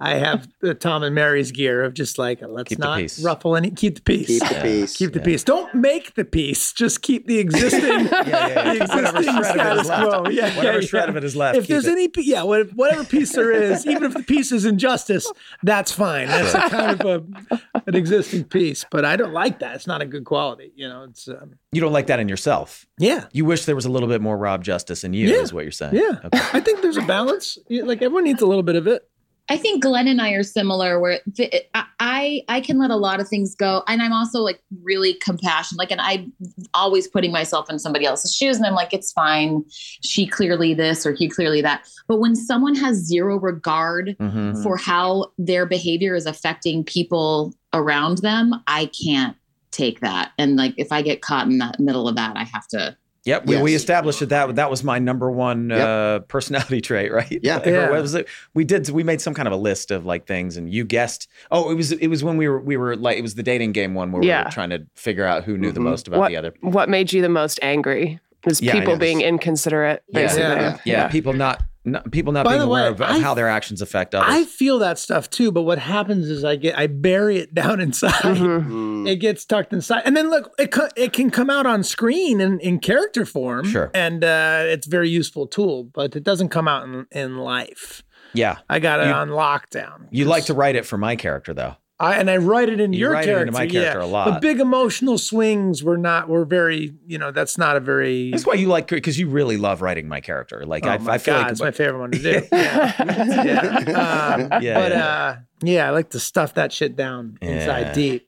[SPEAKER 1] I have the Tom and Mary's gear of just like let's
[SPEAKER 2] Keep the
[SPEAKER 1] not
[SPEAKER 2] peace.
[SPEAKER 1] ruffle any, keep the peace,
[SPEAKER 3] Keep
[SPEAKER 1] keep,
[SPEAKER 3] the peace.
[SPEAKER 1] the peace. Don't make the peace, just keep the existing,
[SPEAKER 2] Yeah, yeah,
[SPEAKER 1] the
[SPEAKER 2] yeah. Whatever
[SPEAKER 1] existing
[SPEAKER 2] shred of it
[SPEAKER 1] status
[SPEAKER 2] is left.
[SPEAKER 1] quo. Yeah,
[SPEAKER 2] Whatever
[SPEAKER 1] yeah,
[SPEAKER 2] shred
[SPEAKER 1] yeah.
[SPEAKER 2] of it is left.
[SPEAKER 1] If there's
[SPEAKER 2] keep it.
[SPEAKER 1] any, pe- yeah, what- whatever piece there is, even if the piece is injustice, that's fine. That's a kind of a, an existing piece, but I don't like that. It's not a good quality. You know, it's um,
[SPEAKER 2] you don't like that in yourself.
[SPEAKER 1] yeah.
[SPEAKER 2] You wish there was a little bit more Rob Justice in you,
[SPEAKER 1] Yeah.
[SPEAKER 2] is what you're saying.
[SPEAKER 1] Yeah.
[SPEAKER 2] Okay.
[SPEAKER 1] I think there's a balance. You- Like everyone needs a little bit of it.
[SPEAKER 5] I think Glenn and I are similar. Where th- I I can let a lot of things go, and I'm also like really compassionate. Like, and I'm always putting myself in somebody else's shoes, and I'm like, it's fine. She clearly this or he clearly that. But when someone has zero regard
[SPEAKER 2] Mhm.
[SPEAKER 5] for how their behavior is affecting people around them, I can't take that. And like, if I get caught in the middle of that, I have to.
[SPEAKER 2] Yep, we, we
[SPEAKER 3] Yes.
[SPEAKER 2] established that that that was my number one
[SPEAKER 3] Yep.
[SPEAKER 2] uh, personality trait, right?
[SPEAKER 3] Yeah.
[SPEAKER 2] Like, or
[SPEAKER 1] Yeah.
[SPEAKER 2] what was it? We did we made some kind of a list of like things, and you guessed. Oh, it was it was when we were we were like it was the dating game one where we
[SPEAKER 4] Yeah.
[SPEAKER 2] were trying to figure out who knew the
[SPEAKER 1] Mm-hmm.
[SPEAKER 3] Mhm.
[SPEAKER 2] most about
[SPEAKER 4] What-
[SPEAKER 2] the other.
[SPEAKER 4] What made you the most angry? Is
[SPEAKER 2] Yeah, I
[SPEAKER 4] people
[SPEAKER 2] know.
[SPEAKER 4] being inconsiderate,
[SPEAKER 5] Yeah.
[SPEAKER 4] basically.
[SPEAKER 1] Yeah.
[SPEAKER 3] Yeah.
[SPEAKER 2] Yeah, people not, not people not
[SPEAKER 1] By
[SPEAKER 2] being
[SPEAKER 1] the way,
[SPEAKER 2] aware of, of
[SPEAKER 1] I-
[SPEAKER 2] how their actions affect others.
[SPEAKER 1] I feel that stuff too, but what happens is I get I bury it down inside.
[SPEAKER 2] Mm-hmm.
[SPEAKER 4] Mhm.
[SPEAKER 3] Mm.
[SPEAKER 1] It gets tucked inside, and then look, it co- it can come out on screen in, in character form,
[SPEAKER 2] Sure.
[SPEAKER 1] and uh, it's a very useful tool, but it doesn't come out in, in life.
[SPEAKER 2] yeah,
[SPEAKER 1] I got it
[SPEAKER 2] You-
[SPEAKER 1] on lockdown.
[SPEAKER 2] you like to write it for my character though.
[SPEAKER 1] I, and I write it in
[SPEAKER 2] You
[SPEAKER 1] your
[SPEAKER 2] write it
[SPEAKER 1] character.
[SPEAKER 2] into my
[SPEAKER 1] yeah.
[SPEAKER 2] character a lot.
[SPEAKER 1] But big emotional swings were not were very you know that's not a very.
[SPEAKER 2] That's why you like because you really love writing my character. Like
[SPEAKER 1] oh
[SPEAKER 2] I,
[SPEAKER 1] my
[SPEAKER 2] I feel
[SPEAKER 1] God,
[SPEAKER 2] like
[SPEAKER 1] it's my favorite one to do. yeah. yeah. Um,
[SPEAKER 2] yeah,
[SPEAKER 1] but
[SPEAKER 2] yeah.
[SPEAKER 1] uh yeah i like to stuff that shit down
[SPEAKER 2] Yeah.
[SPEAKER 1] inside deep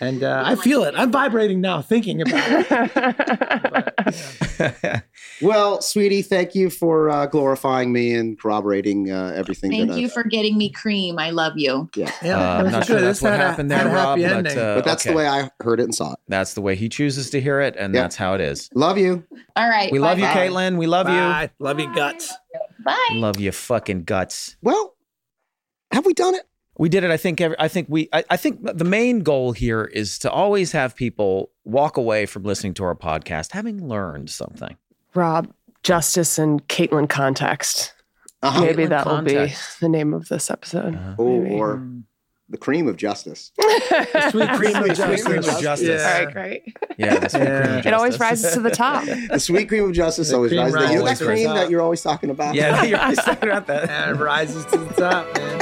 [SPEAKER 1] And uh, I feel it. I'm vibrating now thinking about it. uh,
[SPEAKER 3] Well, sweetie, thank you for uh, glorifying me and corroborating uh, everything
[SPEAKER 5] Thank
[SPEAKER 3] that
[SPEAKER 5] you
[SPEAKER 3] I've.
[SPEAKER 5] for getting me cream. I love you.
[SPEAKER 1] Yeah,
[SPEAKER 2] Uh,
[SPEAKER 1] that
[SPEAKER 2] I'm
[SPEAKER 1] was
[SPEAKER 2] not
[SPEAKER 1] good.
[SPEAKER 2] sure that's
[SPEAKER 1] This
[SPEAKER 2] what
[SPEAKER 1] had a-
[SPEAKER 2] happened
[SPEAKER 1] had
[SPEAKER 2] there,
[SPEAKER 1] a
[SPEAKER 2] Rob.
[SPEAKER 1] happy
[SPEAKER 2] But,
[SPEAKER 1] ending.
[SPEAKER 2] uh,
[SPEAKER 3] but that's
[SPEAKER 2] okay.
[SPEAKER 3] the way I heard it and saw it.
[SPEAKER 2] That's the way he chooses to hear it, and
[SPEAKER 3] Yep.
[SPEAKER 2] that's how it is.
[SPEAKER 3] Love you.
[SPEAKER 5] All right.
[SPEAKER 2] We love you,
[SPEAKER 5] bye-bye.
[SPEAKER 2] Caitlin. We love
[SPEAKER 1] Bye. Love you, guts.
[SPEAKER 5] Bye.
[SPEAKER 2] you. Love you, fucking guts.
[SPEAKER 3] Well, have we done it?
[SPEAKER 2] We did it. I think. Every, I think we. I, I think the main goal here is to always have people walk away from listening to our podcast having learned something.
[SPEAKER 4] Rob, Justice, and Caitlin Context.
[SPEAKER 3] Uh-huh.
[SPEAKER 4] Maybe
[SPEAKER 2] Caitlin
[SPEAKER 4] that will be
[SPEAKER 2] Context.
[SPEAKER 4] the name of this episode.
[SPEAKER 2] Uh,
[SPEAKER 3] Oh,
[SPEAKER 4] Maybe.
[SPEAKER 3] or the cream of justice.
[SPEAKER 1] The Mm. sweet cream of
[SPEAKER 3] Sweet cream
[SPEAKER 1] justice.
[SPEAKER 3] of
[SPEAKER 2] justice.
[SPEAKER 1] Yeah.
[SPEAKER 4] All right, great.
[SPEAKER 2] yeah, that's
[SPEAKER 1] Yeah.
[SPEAKER 4] It always rises to the top.
[SPEAKER 3] The sweet cream of justice
[SPEAKER 1] The
[SPEAKER 3] always
[SPEAKER 1] cream
[SPEAKER 3] rises. You know that
[SPEAKER 1] rises.
[SPEAKER 3] cream that you're always talking about?
[SPEAKER 2] yeah, you're always talking about that.
[SPEAKER 1] And it rises to the top, man.